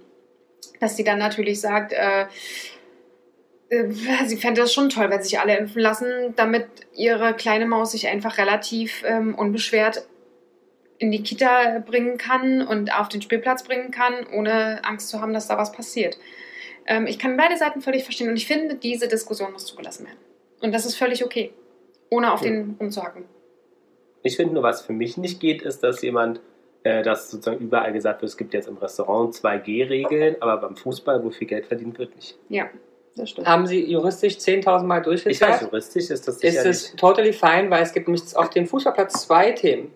S1: Dass sie dann natürlich sagt, äh, äh, sie fände das schon toll, wenn sich alle impfen lassen, damit ihre kleine Maus sich einfach relativ ähm, unbeschwert in die Kita bringen kann und auf den Spielplatz bringen kann, ohne Angst zu haben, dass da was passiert. Ähm, ich kann beide Seiten völlig verstehen und ich finde, diese Diskussion muss zugelassen werden. Und das ist völlig okay, ohne auf
S2: Ja.
S1: den rumzuhacken.
S2: Ich finde nur, was für mich nicht geht, ist, dass jemand, äh, dass sozusagen überall gesagt wird, es gibt jetzt im Restaurant 2G-Regeln, aber beim Fußball, wo viel Geld verdient wird, nicht.
S1: Ja, das stimmt.
S4: Haben sie juristisch 10.000 Mal
S2: Ich weiß,
S4: durchgezahlt?
S2: juristisch ist das
S4: ist
S2: sicherlich.
S4: es totally fine, weil es gibt nämlich auf dem Fußballplatz zwei Themen.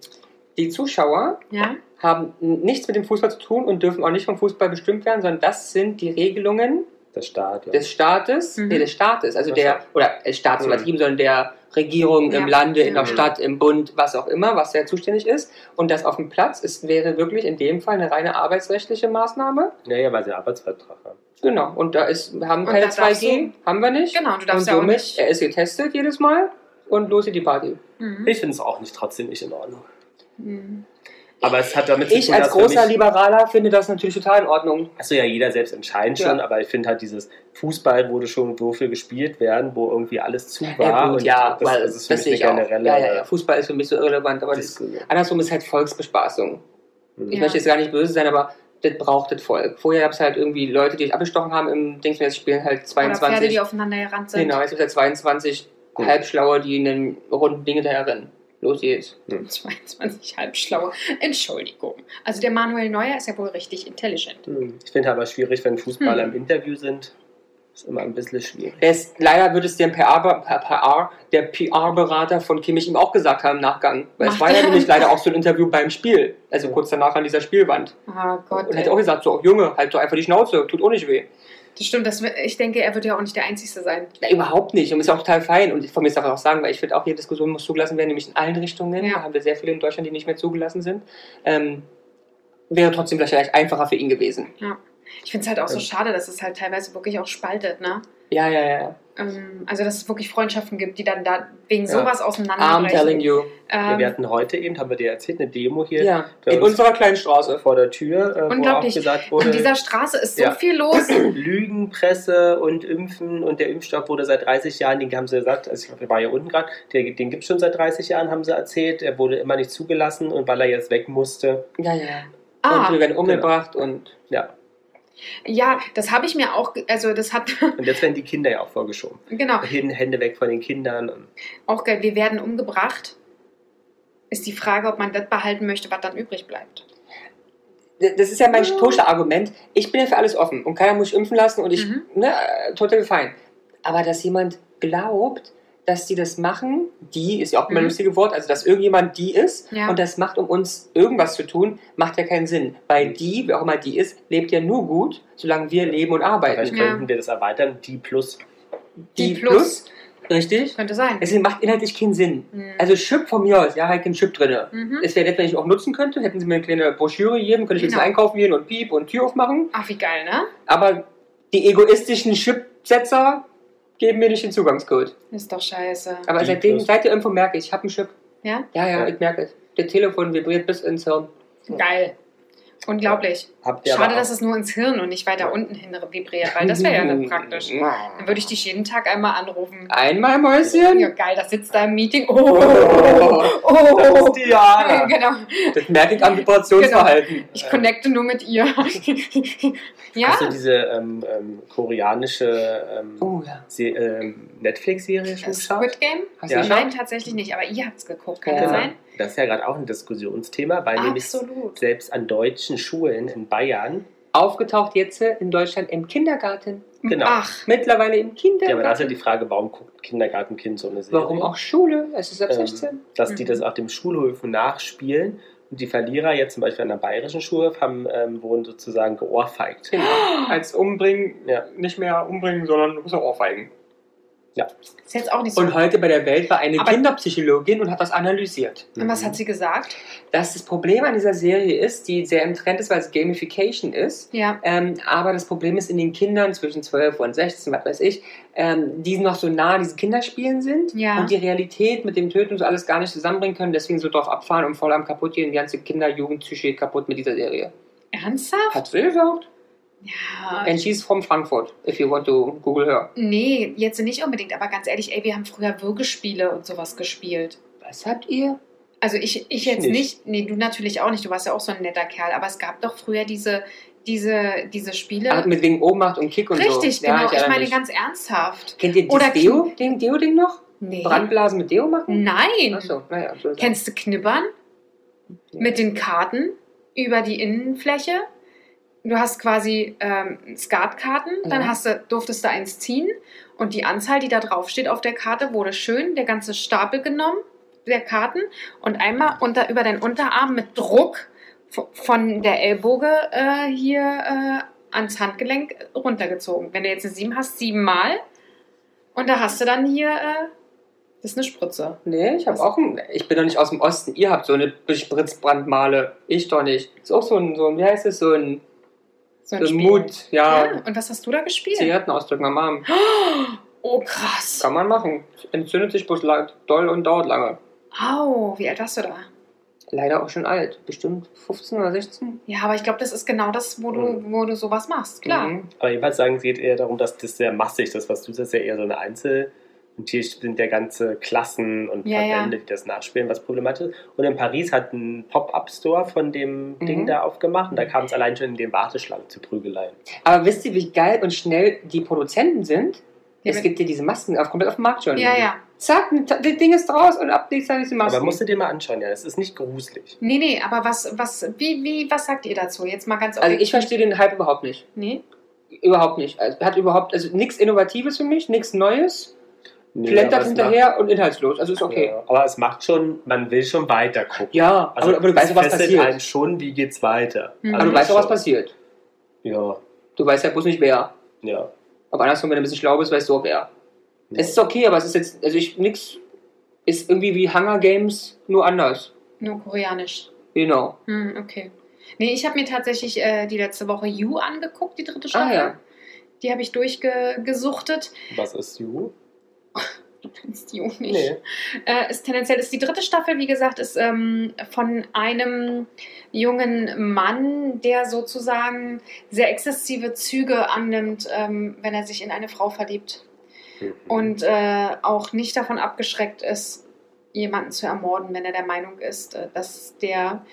S4: Die Zuschauer
S1: Ja,
S4: haben nichts mit dem Fußball zu tun und dürfen auch nicht vom Fußball bestimmt werden, sondern das sind die Regelungen
S2: das Stadion.
S4: des Staates,
S1: Mhm.
S4: nee, des Staates, also
S2: Das
S4: der, oder des Staates
S2: Mhm.
S4: übertrieben, sondern der Regierung im
S1: Ja.
S4: Lande, in der
S2: Mhm.
S4: Stadt, im Bund, was auch immer, was der zuständig ist. Und das auf dem Platz ist, wäre wirklich in dem Fall eine reine arbeitsrechtliche Maßnahme.
S2: naja, weil sie einen Arbeitsvertrag haben.
S4: Genau, und da ist, wir haben
S1: Und
S4: keine
S1: da darfst
S4: 2G, haben wir nicht.
S1: genau, du darfst
S4: und
S1: ja auch
S4: somit,
S1: nicht.
S4: er ist getestet jedes Mal und los geht die Party.
S1: Mhm.
S2: Ich finde es auch nicht trotzdem nicht in Ordnung.
S1: Mhm.
S2: Aber es hat damit zu
S4: Ich
S2: tun,
S4: als
S2: dass für
S4: großer
S2: mich-
S4: Liberaler finde das natürlich total in Ordnung.
S2: Achso, ja, jeder selbst entscheiden schon,
S4: Ja.
S2: aber ich finde halt dieses Fußball wurde schon so viel gespielt werden, wo irgendwie alles zu war.
S4: ja, gut,
S2: und
S4: ja,
S2: das,
S4: weil
S2: das ist für mich
S4: sehe
S2: eine
S4: ich auch.
S2: generelle äh,
S4: Ja, ja, ja, Fußball ist für mich so irrelevant, aber das,
S2: Diskussion.
S4: andersrum ist halt Volksbespaßung.
S2: Hm.
S4: Ich
S1: Ja.
S4: möchte jetzt gar nicht böse sein, aber das braucht das Volk. Vorher gab es halt irgendwie Leute, die dich abgestochen haben im Dings, und jetzt spielen halt
S1: Oder Pferde,
S4: 22.
S1: die aufeinander gerannt sind.
S4: Genau, jetzt gibt es halt 22
S2: Gut.
S4: Halbschlaue, die in den runden Ding hinterherrennen. Los geht's.
S1: 22 halbschlaue. Entschuldigung. Also der Manuel Neuer ist ja wohl richtig intelligent.
S2: Hm. Ich finde aber schwierig, wenn Fußballer
S1: Hm.
S2: im Interview sind. Ist immer ein bisschen schwierig.
S4: Es, leider wird es dem PR, be- PR, der PR-Berater von Kimmich ihm auch gesagt haben im Nachgang. Weil es
S1: Ach,
S4: war ja
S1: der-
S4: nämlich leider auch so ein Interview beim Spiel. Also kurz danach an dieser Spielwand.
S1: Oh Gott.
S4: Und
S1: ey.
S4: hat auch gesagt, so, Junge, halt doch einfach die Schnauze, tut auch nicht weh.
S1: Das stimmt, das, ich denke, er wird ja auch nicht der Einzige sein.
S4: Na, überhaupt nicht. Und ist auch total fein. Und von mir darf ich auch sagen, weil ich finde auch, jede Diskussion muss zugelassen werden, nämlich in allen Richtungen.
S1: Ja.
S4: Da haben wir sehr viele in Deutschland, die nicht mehr zugelassen sind. Ähm, wäre trotzdem vielleicht einfacher für ihn gewesen.
S1: Ich finde es halt auch so
S2: Ähm.
S1: schade, dass es halt teilweise wirklich auch spaltet, ne?
S4: Ja, ja, ja.
S1: Ähm, also, dass es wirklich Freundschaften gibt, die dann da wegen
S2: Ja.
S1: sowas
S4: Ah, I'm telling
S1: auseinanderbrechen.
S4: you.
S1: Ähm,
S2: wir hatten heute eben, haben wir dir erzählt, eine Demo hier
S4: Ja.
S2: bei
S4: In
S2: uns-
S4: unserer kleinen Straße.
S2: vor der Tür, äh, wo auch
S1: Unglaublich.
S2: gesagt
S1: an
S2: wurde,
S1: dieser Straße ist so
S2: Ja.
S1: viel los.
S2: Lügenpresse und Impfen und der Impfstoff wurde seit 30 Jahren, den haben sie gesagt, also ich glaub, der war hier unten gerade, der- den gibt es schon seit 30 Jahren, haben sie erzählt, er wurde immer nicht zugelassen und weil er jetzt weg musste,
S4: Ja, ja. Und
S1: Ah,
S4: wir werden umgebracht und.
S2: ja.
S1: ja, das habe ich mir auch, ge- also das hat,
S2: Und jetzt werden die Kinder ja auch vorgeschoben.
S1: genau,
S2: Hin, Hände weg von den Kindern. Und
S1: auch geil, wir werden umgebracht. Ist die Frage, ob man das behalten möchte, was dann übrig bleibt.
S4: D- Das ist ja mein Stoße-Argument. Ich bin ja für alles offen und keiner muss sich impfen lassen und ich,
S1: Mhm.
S4: ne, äh, total fein. Aber dass jemand glaubt, dass die das machen, die ist ja auch immer ein
S1: Mhm.
S4: lustiges Wort, also dass irgendjemand die ist
S1: Ja.
S4: und das macht, um uns irgendwas zu tun, macht ja keinen Sinn. Weil
S2: Mhm.
S4: die, wer auch immer die ist, lebt ja nur gut, solange wir leben und
S2: vielleicht
S4: arbeiten.
S1: Ja.
S2: könnten wir das erweitern, die plus.
S1: Die Plus.
S4: richtig?
S1: Könnte sein.
S4: Es macht inhaltlich keinen Sinn.
S1: Mhm.
S4: Also Chip von mir aus, ja, halt kein Chip drinne.
S1: mhm.
S4: Es wäre nett, wenn ich auch nutzen könnte. Hätten sie mir eine kleine Broschüre gegeben, könnte ich jetzt
S1: Genau.
S4: einkaufen gehen und piep und Tür aufmachen.
S1: Ach, wie geil, ne?
S4: Aber die egoistischen Chipsetzer geben mir nicht den Zugangscode.
S1: Ist doch scheiße.
S4: Aber
S2: Die
S4: seitdem,
S2: plus-
S4: seit der Impfung merke ich, ich habe einen Chip.
S1: Ja?
S4: Ja, ja,
S2: Ja.
S4: ich merke es. Der Telefon vibriert bis ins Hirn.
S1: Geil. Unglaublich.
S2: Habt ihr
S1: Schade,
S2: aber auch-
S1: dass es nur ins Hirn und nicht weiter unten hin vibriert, weil das wäre ja dann praktisch.
S2: Mhm.
S1: Dann würde ich dich jeden Tag einmal anrufen.
S4: Einmal
S1: Ja,
S4: Mäuschen.
S1: geil, das sitzt da im Meeting. Oh, oh,
S4: Oh,
S2: Das ist die Jana.
S1: Genau.
S4: das merke ich am Vibrationsverhalten.
S1: Ich connecte nur mit ihr. ja?
S2: Hast du diese ähm, ähm, koreanische ähm,
S4: Oh ja.
S2: Se- ähm, Netflix-Serie schon geschaut?
S1: Squid Game?
S4: Hast
S2: Ja.
S4: du
S1: Nein,
S4: geschaut?
S1: tatsächlich nicht, aber ihr habt es geguckt, kann
S4: Ja.
S1: das sein?
S2: Das ist ja gerade auch ein Diskussionsthema, weil nämlich
S1: Absolut.
S2: selbst an deutschen Schulen in Bayern,
S4: Aufgetaucht jetzt in Deutschland im Kindergarten.
S2: genau.
S1: Ach,
S4: Mittlerweile im Kindergarten.
S2: Ja, aber da ist ja die Frage, warum guckt ein Kindergartenkind so eine Serie?
S4: Warum auch Schule? Es ist ab
S2: Ähm,
S4: 16.
S2: dass die
S1: Mhm.
S2: das auf dem Schulhöfen nachspielen. Und die Verlierer jetzt zum Beispiel an der bayerischen Schulhof haben, ähm, wurden sozusagen geohrfeigt.
S4: Genau. Als umbringen,
S2: Ja.
S4: nicht mehr umbringen, sondern du musst auch ohrfeigen.
S1: ist jetzt auch nicht so.
S4: Und heute bei der Welt war eine
S1: Aber-
S4: Kinderpsychologin und hat das analysiert.
S1: Und
S2: Mhm.
S1: was hat sie gesagt?
S4: Dass das Problem an dieser Serie ist, die sehr im Trend ist, weil es Gamification ist.
S1: Ja.
S4: Ähm, aber das Problem ist in den Kindern zwischen 12 und 16, was weiß ich, ähm, die noch so nah an diesen Kinderspielen sind
S1: Ja.
S4: und die Realität mit dem Töten und so alles gar nicht zusammenbringen können, deswegen so drauf abfahren und voll am kaputt gehen, die ganze Kinder-Jugendpsyche geht kaputt mit dieser Serie.
S1: Ernsthaft?
S4: Hat sie gesagt.
S1: Ja.
S4: And she's from Frankfurt, if you want to Google her.
S1: Nee, jetzt nicht unbedingt, aber ganz ehrlich, ey, wir haben früher Würgespiele und sowas gespielt.
S4: Was habt ihr?
S1: Also ich, ich
S2: Ich
S1: jetzt nicht.
S2: nicht.
S1: Nee, du natürlich auch nicht. Du warst ja auch so ein netter Kerl. Aber es gab doch früher diese, diese, diese Spiele.
S4: Ach, Also mit wegen Ohnmacht und Kick und so.
S1: Richtig,
S4: Ja,
S1: genau. Ich,
S4: erinnere
S1: meine
S4: mich.
S1: ganz ernsthaft.
S4: Kennt ihr
S1: Oder
S4: das Deo, den Deo-Ding noch?
S1: Nee.
S4: Brandblasen mit Deo machen?
S1: Nein.
S4: Achso, naja. so ist das.
S1: Kennst du Knibbern? Mit den Karten über die Innenfläche. Du hast quasi ähm, Skatkarten, dann
S4: Ja.
S1: hast du, durftest du eins ziehen und die Anzahl, die da drauf steht auf der Karte, wurde schön der ganze Stapel genommen der Karten und einmal unter, über deinen Unterarm mit Druck v- von der Ellboge äh, hier äh, ans Handgelenk runtergezogen. Wenn du jetzt eine 7 hast, siebenmal und da hast du dann hier, äh, das ist eine Spritze.
S4: Nee, ich habe auch ein, Ich bin doch nicht aus dem Osten. Ihr habt so eine Bespritzbrandmale. Ich doch nicht. Ist auch so ein, so ein wie heißt es, so ein,
S1: So
S4: so ein
S1: Spiel.
S4: Mut.
S1: Ja.
S4: Ja,
S1: und was hast du da gespielt?
S4: Zigaretten ausdrücken am Arm.
S1: Oh, krass.
S4: Kann man machen. Entzündet sich bloß la- doll und dauert lange.
S1: Au, wie alt warst du da?
S4: Leider auch schon alt. Bestimmt 15 oder 16.
S1: Ja, aber ich glaube, das ist genau das, wo du,
S2: Mhm.
S1: wo du sowas machst, klar.
S4: Mhm.
S2: Aber jedenfalls sagen, es geht eher darum, dass das sehr massig ist. Das, was du sagst, ist ja eher so eine Einzel- und hier sind ja ganze Klassen und
S1: Ja, ja.
S2: Verbände, die das nachspielen, was problematisch ist. Und in Paris hat ein Pop-Up-Store von dem
S4: Mhm.
S2: Ding da aufgemacht und da kam es allein schon in den Warteschlangen zu Prügeleien.
S4: Aber wisst ihr, wie geil und schnell die Produzenten sind?
S1: Ja,
S4: es
S1: mit-
S4: gibt ja diese Masken auf, komplett auf dem Markt schon.
S1: Ja, ja.
S4: Zack, das Ding ist raus und ab nächstes Jahr ist die Maske.
S2: Aber musst du dir mal anschauen, ja, es ist nicht gruselig.
S1: Nee, nee, aber was, was, wie, wie, was sagt ihr dazu? Jetzt mal ganz
S4: also ich
S1: objektiv.
S4: verstehe den Hype überhaupt nicht.
S1: Nee.
S4: Überhaupt nicht. Also, hat überhaupt, also nichts Innovatives für mich, nichts Neues.
S2: Nee,
S4: Plentert
S2: aber es macht-
S4: hinterher und inhaltslos. Also ist okay.
S2: Ja, aber es macht schon, man will schon weiter gucken.
S4: Ja,
S2: Also,
S4: aber, aber du weißt auch, was
S2: einem
S4: passiert.
S2: schon, wie geht's weiter.
S1: Mhm.
S4: Aber du weißt auch, was
S2: schon.
S4: passiert.
S2: Ja,
S4: Du weißt ja bloß nicht, wer.
S2: ja.
S4: Aber andersrum, wenn du ein bisschen schlau bist, weißt du auch, wer.
S2: ja.
S4: Es ist okay, aber es ist jetzt, also ich, nix ist irgendwie wie Hunger Games, nur anders.
S1: Nur koreanisch.
S4: Genau.
S1: Hm, okay. Nee, ich habe mir tatsächlich äh, die letzte Woche You angeguckt, die dritte Staffel.
S4: Ah, ja.
S1: Die habe ich durchgesuchtet.
S2: Was ist You?
S1: Du kennst You nicht. Äh, ist tendenziell ist die dritte Staffel, wie gesagt, ist ähm, von einem jungen Mann, der sozusagen sehr exzessive Züge annimmt, ähm, wenn er sich in eine Frau verliebt
S2: Mhm.
S1: und äh, auch nicht davon abgeschreckt ist, jemanden zu ermorden, wenn er der Meinung ist, äh, dass der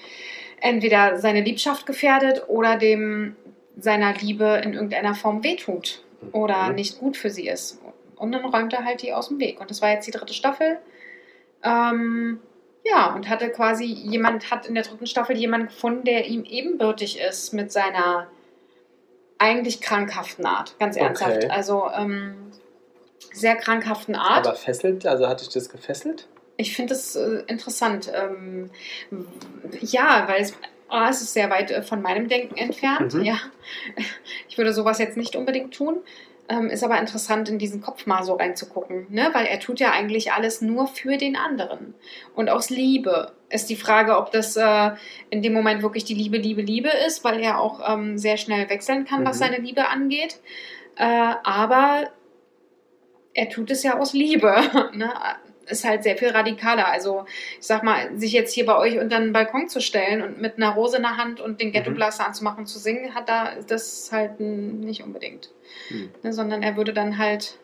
S1: entweder seine Liebschaft gefährdet oder dem seiner Liebe in irgendeiner Form wehtut oder
S2: Mhm.
S1: nicht gut für sie ist. Und dann räumt er halt die aus dem Weg. Und das war jetzt die dritte Staffel. Ähm, ja, und hatte quasi jemand, hat in der dritten Staffel jemanden gefunden, der ihm ebenbürtig ist mit seiner eigentlich krankhaften Art. Ganz
S2: Okay.
S1: ernsthaft. Also ähm, sehr krankhaften Art.
S2: Aber fesselt, also hatte ich das gefesselt?
S1: Ich finde es äh, interessant. Ähm, w- ja, weil es, A, es ist sehr weit äh, von meinem Denken entfernt.
S2: Mhm.
S1: Ja. Ich würde sowas jetzt nicht unbedingt tun. Ähm, ist aber interessant, in diesen Kopf mal so reinzugucken, ne? weil er tut ja eigentlich alles nur für den anderen. Und aus Liebe ist die Frage, ob das äh, in dem Moment wirklich die Liebe, Liebe, Liebe ist, weil er auch ähm, sehr schnell wechseln kann, was
S2: Mhm.
S1: seine Liebe angeht. Äh, aber er tut es ja aus Liebe. Ne? Ist halt sehr viel radikaler. Also, ich sag mal, sich jetzt hier bei euch unter den Balkon zu stellen und mit einer Rose in der Hand und den Ghetto
S2: Mhm.
S1: Blaster anzumachen und zu singen, hat da das halt n- nicht unbedingt.
S2: Hm.
S1: Ne? Sondern er würde dann halt,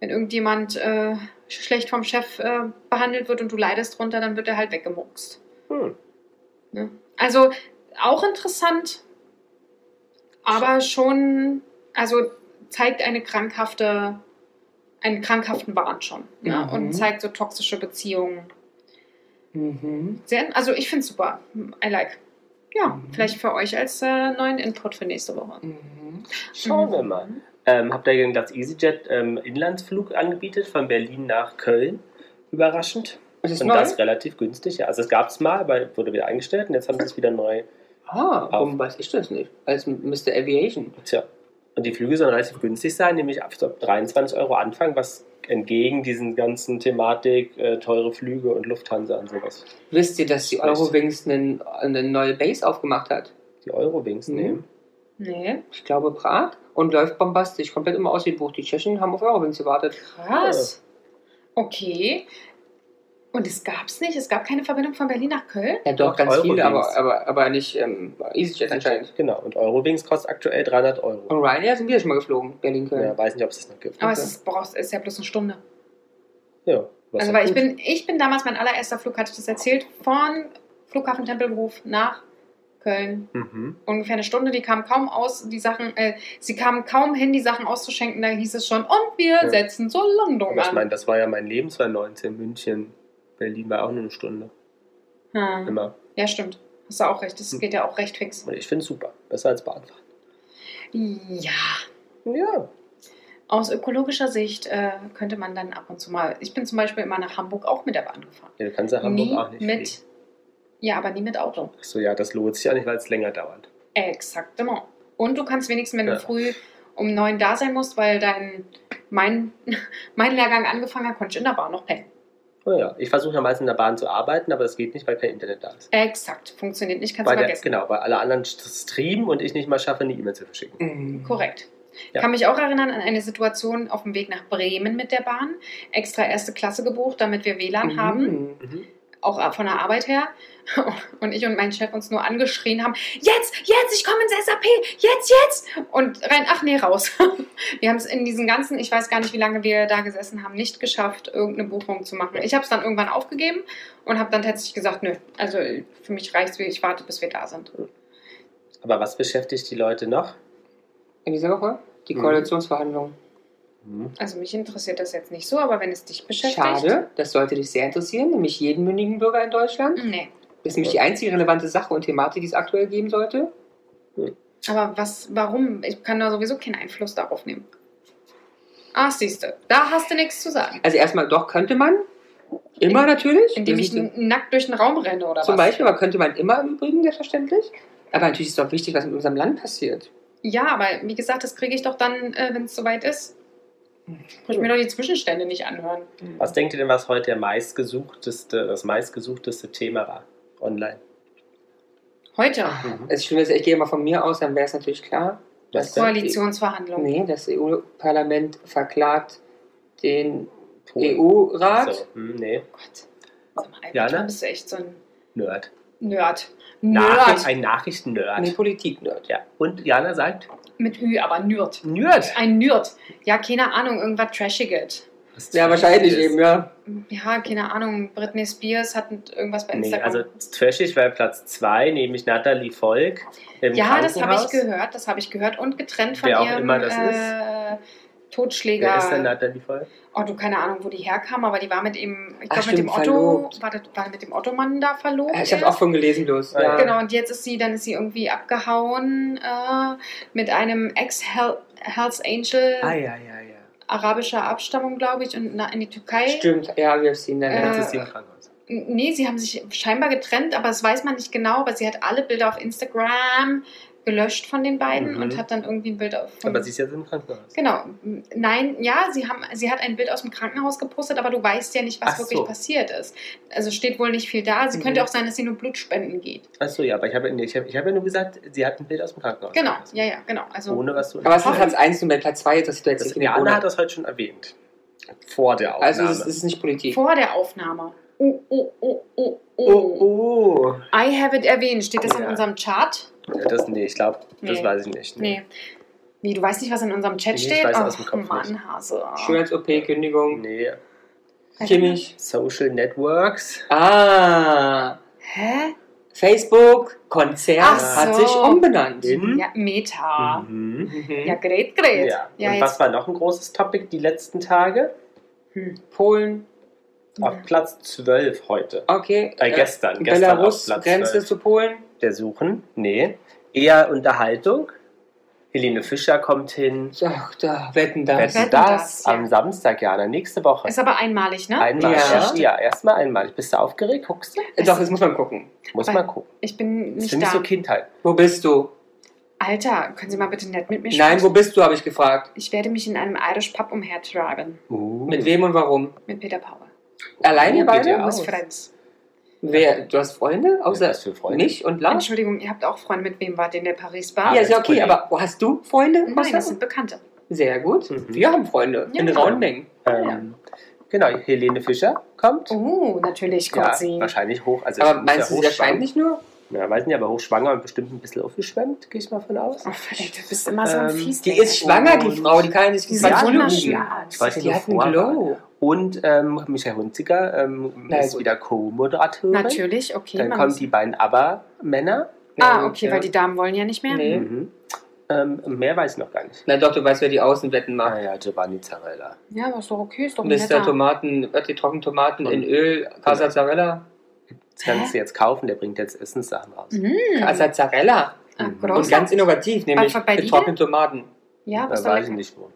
S1: wenn irgendjemand äh, schlecht vom Chef äh, behandelt wird und du leidest drunter, dann wird er halt weggemuckst.
S2: Hm.
S1: Ne? Also, auch interessant, aber schon, also zeigt eine krankhafte, einen krankhaften Wahn schon. Ne?
S4: Mhm.
S1: Und zeigt so toxische Beziehungen.
S4: Mhm.
S1: Sehr, also ich finde es super. I like. Ja, vielleicht für euch als äh, neuen Input für nächste Woche.
S4: Mhm.
S2: Schauen wir mal. Ähm, habt ihr denn das EasyJet ähm, Inlandsflug angebietet von Berlin nach Köln? Überraschend.
S4: Ist es
S2: Und
S4: neu?
S2: das relativ günstig. Ja. Also es gab es mal, aber wurde wieder eingestellt und jetzt haben sie es wieder neu.
S4: ah, warum weiß ich das nicht? Als Mr. Aviation.
S2: Tja. Und die Flüge sollen relativ günstig sein, nämlich ab ich glaub, 23 Euro Anfang, was entgegen diesen ganzen Thematik äh, teure Flüge und Lufthansa und sowas.
S4: Wisst ihr, dass die
S2: Echt?
S4: Eurowings einen, eine neue Base aufgemacht hat?
S2: Die Eurowings
S4: Mhm.
S2: nehmen.
S1: Nee,
S4: Ich glaube Prag und läuft bombastisch, komplett immer aus wie ein Buch. Die Tschechen haben auf Eurowings gewartet.
S1: krass. Okay. Und es gab es nicht? Es gab keine Verbindung von Berlin nach Köln?
S4: Ja, doch,
S2: Doch,
S4: ganz viele, aber,
S2: Eurowings.
S4: aber, aber nicht ähm, EasyJet anscheinend.
S2: Genau. Und Eurowings kostet aktuell 300 Euro.
S4: Und Ryanair sind wir schon mal geflogen,
S2: Ja,
S4: Berlin-Köln.
S2: weiß nicht, ob es das noch gibt.
S1: Aber es
S4: Okay.
S1: ist, brauchst, ist ja bloß eine Stunde.
S2: Ja, was
S1: Also,
S2: ja
S1: weil ich
S2: gut.
S1: bin, ich bin damals, mein allererster Flug, hatte ich das erzählt, von Flughafen Tempelhof nach Köln.
S2: Mhm.
S1: Ungefähr eine Stunde, die kamen kaum aus, die Sachen, äh, sie kamen kaum hin, die Sachen auszuschenken, da hieß es schon, und wir
S2: Ja.
S1: setzen zur Landung
S2: Aber ich meine,
S1: an.
S2: das war ja mein Leben 2019, München. Berlin war auch nur eine Stunde.
S1: Hm.
S2: Immer.
S1: Ja, stimmt. Hast du auch recht, das
S2: Hm.
S1: geht ja auch recht fix.
S2: Und ich finde es super. Besser als Bahnfahren.
S1: Ja,
S2: Ja.
S1: aus ökologischer Sicht äh, könnte man dann ab und zu mal, ich bin zum Beispiel immer nach Hamburg auch mit der Bahn gefahren.
S2: ja. Du kannst ja Hamburg
S1: nie
S2: auch nicht
S1: mit,
S2: fliegen.
S1: ja, aber nie mit Auto.
S2: Achso, ja, das lohnt sich ja nicht, weil es länger dauert.
S1: Exaktement. Und du kannst wenigstens, wenn
S2: Ja.
S1: du früh um neun da sein musst, weil dein mein, mein Lehrgang angefangen hat, konnte ich in der Bahn noch pennen.
S2: Naja, ich versuche Oh ja meistens in der Bahn zu arbeiten, aber das geht nicht, weil kein Internet da ist.
S1: Exakt. Funktioniert nicht, kannst
S2: Weil
S1: du
S2: der,
S1: vergessen.
S2: genau, weil alle anderen st- streamen und ich nicht mal schaffe, eine E-Mail zu verschicken.
S4: Mhm.
S1: Korrekt.
S2: Ja.
S1: Kann mich auch erinnern an eine Situation auf dem Weg nach Bremen mit der Bahn. Extra erste Klasse gebucht, damit wir WLAN haben.
S4: Mhm.
S2: Mhm.
S1: auch äh, von der Arbeit her. Und ich und mein Chef uns nur angeschrien haben, jetzt, jetzt, ich komme ins SAP, jetzt, jetzt. Und rein, ach nee, raus. Wir haben es in diesen ganzen, ich weiß gar nicht, wie lange wir da gesessen haben, nicht geschafft, irgendeine Buchung zu machen. Ich habe es dann irgendwann aufgegeben und habe dann tatsächlich gesagt, nö, also für mich reicht es, ich warte, bis wir da sind.
S2: Aber was beschäftigt die Leute noch?
S4: In dieser Woche? Die
S2: Mhm.
S4: Koalitionsverhandlungen.
S2: Mhm.
S1: Also mich interessiert das jetzt nicht so, aber wenn es dich beschäftigt.
S4: Schade, das sollte dich sehr interessieren, nämlich jeden mündigen Bürger in Deutschland.
S1: Nee.
S4: Das ist nämlich die einzige relevante Sache und Thematik, die es aktuell geben sollte.
S1: Aber was, warum? Ich kann da sowieso keinen Einfluss darauf nehmen. Ach, siehst du, da hast du nichts zu sagen.
S4: Also erstmal, doch könnte man. Immer
S1: In-
S4: natürlich.
S1: Indem
S4: Das
S1: ich
S4: ist-
S1: n- nackt durch den Raum renne oder
S4: Zum
S1: was?
S4: Beispiel, aber könnte man immer im Übrigen, selbstverständlich. Aber natürlich ist es auch wichtig, was mit unserem Land passiert.
S1: Ja, aber wie gesagt, das kriege ich doch dann, äh, wenn es soweit ist. Muss ich
S2: Also.
S1: mir doch die Zwischenstände nicht anhören.
S4: Also
S2: Was denkt ihr denn, was heute der meistgesuchteste, das meistgesuchteste Thema war? Online.
S1: Heute
S4: Also ich, finde, ich gehe mal von mir aus, dann wäre es natürlich klar,
S2: Was denn?
S1: Koalitionsverhandlungen.
S4: nee, das EU-Parlament verklagt den E
S1: E
S2: Polen. Ach
S4: EU-Rat.
S2: so. Hm, nee,
S1: Gott. Sag mal, Albert,
S2: Ja,
S1: du
S2: ne?
S1: bist echt so ein
S2: Nerd.
S1: Nerd.
S2: Nachricht,
S1: Nerd.
S2: ein Nachrichten-Nerd.
S4: Nee, Politik-Nerd.
S2: Ja. Und Jana sagt,
S1: Mit Ü, aber Nerd.
S2: Nerd.
S1: Ein Nerd. Ja, keine Ahnung, irgendwas Trashiges.
S2: Was
S4: Ja, wahrscheinlich
S2: Trashiges.
S4: eben, ja.
S1: Ja, keine Ahnung. Britney Spears hat irgendwas bei
S2: Nee,
S1: Instagram.
S2: also trashig war Platz 2, nämlich Natalie Volk im
S1: ja, das habe ich
S2: Krankenhaus.
S1: gehört. Das habe ich gehört. Und getrennt von
S2: Wer auch
S1: ihrem
S2: immer das
S1: äh, Totschläger.
S2: Wer ist denn Natalie Volk?
S1: Oh, du, keine Ahnung, wo die herkam, aber die war mit ihm, ich
S4: Ach,
S1: glaube, mit dem
S4: stimmt,
S1: Otto,
S4: verlobt.
S1: war, das, war mit dem Otto-Mann da verlobt.
S4: Ich habe auch von gelesen bloß. Ja.
S1: Genau, und jetzt ist sie, dann ist sie irgendwie abgehauen äh, mit einem Ex-Hells Angel
S2: Ah, ja, ja, ja.
S1: arabischer Abstammung, glaube ich, und na, in die Türkei.
S4: Stimmt, ja, wir sehen dann.
S1: Äh,
S2: Jetzt
S4: ja.
S2: ist sie im Krankenhaus.
S1: N- Nee, sie haben sich scheinbar getrennt, aber das weiß man nicht genau, aber sie hat alle Bilder auf Instagram gelöscht von den beiden
S2: Mhm.
S1: und hat dann irgendwie ein Bild auf. von-
S2: Aber sie ist jetzt im Krankenhaus.
S1: Genau. Nein, ja, sie, haben, sie hat ein Bild aus dem Krankenhaus gepostet, aber du weißt ja nicht, was
S2: Ach
S1: wirklich
S2: so.
S1: passiert ist. Also steht wohl nicht viel da. Sie
S4: Mhm.
S1: könnte auch sein, dass sie nur Blutspenden geht.
S2: Achso, ja, aber ich habe ja- nee, ich hab, ich hab ja nur gesagt, sie hat ein Bild aus dem Krankenhaus.
S1: Genau, ja, ja, genau. Also
S2: Ohne was zu
S4: Aber es ist Platz 1 und bei Platz 2 interessiert jetzt
S2: das,
S4: nicht
S2: ja,
S4: den
S2: Anna hat
S4: Monat.
S2: das heute schon erwähnt. Vor der Aufnahme.
S4: Also es ist, es ist nicht Politik.
S1: vor der Aufnahme. Oh, oh, oh, oh, oh.
S2: oh, oh.
S1: I have it erwähnt. Steht das in
S2: Ja.
S1: unserem Chart?
S2: Ja, Das, nee, ich glaube, das
S1: Nee.
S2: weiß ich nicht.
S1: Nee. Nee, du weißt nicht, was in unserem Chat
S2: Nee, ich
S1: steht?
S2: weiß
S1: Ach,
S2: aus dem Kopf
S1: Mann,
S2: nicht.
S1: Hase.
S4: Schönheits-OP, Kündigung,
S2: Nee.
S4: Kimmich.
S2: Social Networks.
S4: Ah,
S1: Hä?
S4: Facebook, Konzert
S1: Ach
S4: hat
S1: so.
S4: sich umbenannt.
S2: In?
S1: Ja, Meta.
S2: Mhm.
S4: Mhm.
S1: Ja, great, great.
S2: Hm? Ja.
S1: ja
S2: und
S1: jetzt
S2: was war noch ein großes Topic die letzten Tage?
S4: Polen,
S2: Auf Platz 12 heute.
S4: Okay.
S2: Äh, gestern. gestern
S4: Belarus,
S2: auf Platz
S4: Grenze
S2: 12.
S4: zu Polen.
S2: Der Suchen? Nee. Eher Unterhaltung. Helene Fischer kommt hin.
S4: Ach, da, wetten das.
S2: Wetten
S1: Wetten,
S2: das
S1: das, ja.
S2: am Samstag, Jana, nächste Woche.
S1: Ist aber einmalig, ne?
S2: Einmal, ja,
S4: Ja.
S2: ja erstmal einmal. Bist du aufgeregt? Guckst du?
S4: Äh, Doch, jetzt muss man gucken.
S2: Muss
S1: Aber
S2: mal gucken.
S1: Ich bin
S2: Das ist
S1: nicht
S2: für mich
S1: da.
S2: so Kindheit.
S4: Wo bist du?
S1: Alter, können Sie mal bitte nett mit mir sprechen?
S4: Nein, wo bist du, habe ich gefragt.
S1: Ich werde mich in einem Irish Pub umhertreiben.
S2: Uh.
S4: Mit wem und warum?
S1: Mit Peter Paul.
S4: Alleine
S2: geht
S4: beide?
S2: ihr
S1: Du bist
S2: aus?
S1: Friends.
S4: Wer? Du hast Freunde?
S2: Ja,
S4: Außer
S2: was für Freunde.
S4: mich und Lars?
S1: Entschuldigung, ihr habt auch Freunde. Mit wem wart ihr in der Paris-Bar?
S4: Ja, ist ja okay,
S2: Kollegen.
S4: aber wo hast du Freunde?
S1: Nein,
S4: Außer-
S1: das sind Bekannte.
S4: Sehr gut.
S2: Mhm.
S4: Wir haben Freunde.
S1: Ja.
S4: In rauen Mengen.
S2: Ähm, genau, Helene Fischer kommt.
S1: Oh, natürlich,
S2: ja,
S1: Gott ja,
S2: wahrscheinlich hoch. Also
S4: Aber meinst du, sie erscheint
S2: wahrscheinlich?
S4: nicht nur?
S2: Ja, weiß nicht, aber hochschwanger und bestimmt ein bisschen aufgeschwemmt, gehe ich mal von aus.
S1: Oh, ey, du bist immer so ein
S2: Ähm,
S1: fies.
S4: Die ist schwanger, die Frau. Die kann sich
S1: Die
S4: nicht
S1: sind
S2: Ja,
S1: wunderschön.
S4: anlügen.
S1: Ja,
S2: Ich weiß nicht,
S4: Die
S2: wo
S4: hat einen
S2: vorher war.
S4: Glow.
S2: Und ähm, Michael Hunziker ähm,
S4: Na
S2: ist
S4: gut.
S2: wieder Co-Moderatorin.
S1: Natürlich, okay.
S2: Dann
S1: man
S2: kommen
S1: muss-
S2: die beiden ABBA-Männer.
S1: ah, okay,
S4: Ja.
S1: weil die Damen wollen ja nicht mehr.
S4: Nee.
S2: Mhm. Ähm, mehr weiß ich noch gar nicht.
S4: Na doch, du weißt, wer die Außenwetten macht.
S2: Ah ja, Giovanni Zarella.
S1: Ja, aber ist doch okay, ist doch ein
S4: Mr.
S1: netter.
S4: Tomaten, äh, die Trockentomaten in
S2: Und-
S4: Öl, Casa Zarella.
S2: Das kannst du jetzt kaufen, der bringt jetzt Essenssachen raus.
S4: Mhm.
S1: Mm.
S4: Casa Zarella.
S1: Ah,
S2: Mhm.
S1: groß.
S4: Und ganz innovativ, nämlich
S1: Bei- bei
S4: getrocknete Tomaten.
S1: ja,
S2: Da
S1: bist doch
S2: weiß ich
S1: lecker.
S2: nicht wo.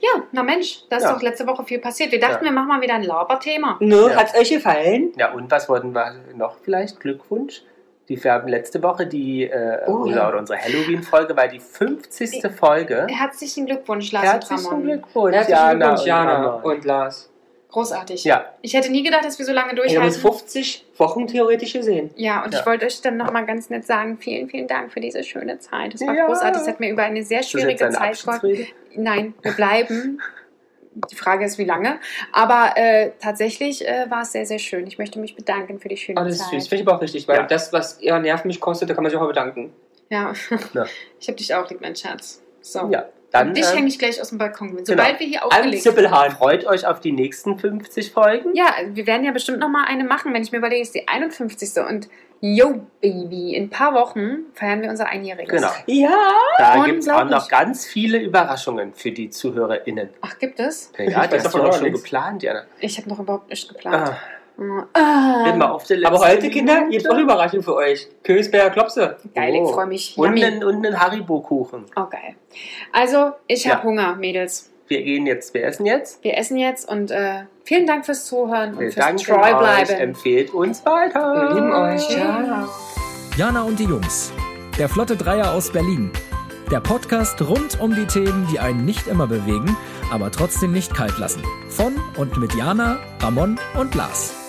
S1: Ja, na Mensch, da ist
S2: Ja.
S1: doch letzte Woche viel passiert. Wir dachten,
S2: Ja.
S1: wir machen mal wieder ein Laberthema.
S4: Ne,
S2: Ja.
S4: hat's euch gefallen?
S2: Ja, und was wollten wir noch vielleicht? Glückwunsch. Die färben letzte Woche die äh,
S4: Oh,
S2: oder,
S4: ja.
S2: oder unsere Halloween-Folge, war die 50. Folge.
S1: Herzlichen Glückwunsch, Lars und
S2: Herzlichen
S1: Ramon.
S2: Glückwunsch,
S4: Herzlichen Glückwunsch,
S2: und
S4: Jana
S2: Ramon.
S4: und Lars.
S1: Großartig.
S2: Ja,
S1: Ich hätte nie gedacht, dass wir so lange
S4: Wir haben uns
S1: durchhalten.
S4: 50 Wochen theoretisch gesehen.
S1: Ja, und
S2: Ja.
S1: ich wollte euch dann nochmal ganz nett sagen, vielen, vielen Dank für diese schöne Zeit. Es war
S2: Ja.
S1: großartig. Es hat mir über eine sehr
S2: ist das jetzt
S1: schwierige
S2: deine
S1: Zeit geholfen.
S2: Abschiedsrede?
S1: Nein, wir bleiben. Die Frage ist, wie lange. Aber äh, tatsächlich äh, war es sehr, sehr schön. Ich möchte mich bedanken für die schöne
S4: Aber Ah, das ist
S1: Zeit.
S4: süß. Finde ich aber auch richtig, weil
S2: Ja.
S4: das, was eher Nerven mich kostet, da kann man sich auch mal bedanken.
S1: Ja.
S2: Ja.
S1: Ich hab dich auch lieb, mein Schatz. So.
S2: Ja, dann
S1: dich hänge
S2: ähm,
S1: ich gleich aus dem Balkon. Sobald
S2: genau.
S1: wir hier
S4: Am
S1: aufgelegt
S4: Zippelhahn.
S2: freut euch auf die nächsten 50 Folgen.
S1: Ja, wir werden ja bestimmt noch mal eine machen, wenn ich mir überlege, es ist die 51. Und yo, Baby, in ein paar Wochen feiern wir unser Einjähriges.
S2: Genau.
S4: Ja.
S2: Da
S1: Unglaublich.
S2: gibt es auch noch ganz viele Überraschungen für die ZuhörerInnen.
S1: Ach, gibt es?
S2: Ja,
S4: Ich
S2: das
S4: weiß
S2: hast
S4: davon
S2: du auch
S4: auch
S2: schon
S4: nichts.
S2: geplant, Jana.
S1: Ich habe noch überhaupt nicht geplant.
S2: Ah,
S1: Ah.
S2: immer auf der
S4: Ähm, Aber
S2: letzten
S4: heute, Kinder,
S2: Minute.
S4: jetzt noch eine Überraschung für euch. Königsberger Klopse.
S1: Geil,
S2: Oh.
S1: ich freue mich.
S2: Und
S1: Yummy.
S2: einen, und einen Haribo-Kuchen.
S1: Oh, geil. Also, ich habe
S2: Ja.
S1: Hunger, Mädels.
S2: Wir gehen jetzt, wir essen jetzt.
S1: Wir essen jetzt und äh, vielen Dank fürs Zuhören
S2: Wir
S1: und fürs
S2: danken
S1: treu
S2: euch,
S1: bleiben.
S2: empfehlt uns weiter.
S4: Wir lieben euch. Ciao.
S3: Jana und die Jungs. Der Flotte Dreier aus Berlin. Der Podcast rund um die Themen, die einen nicht immer bewegen, aber trotzdem nicht kalt lassen. Von und mit Jana, Ramon und Lars.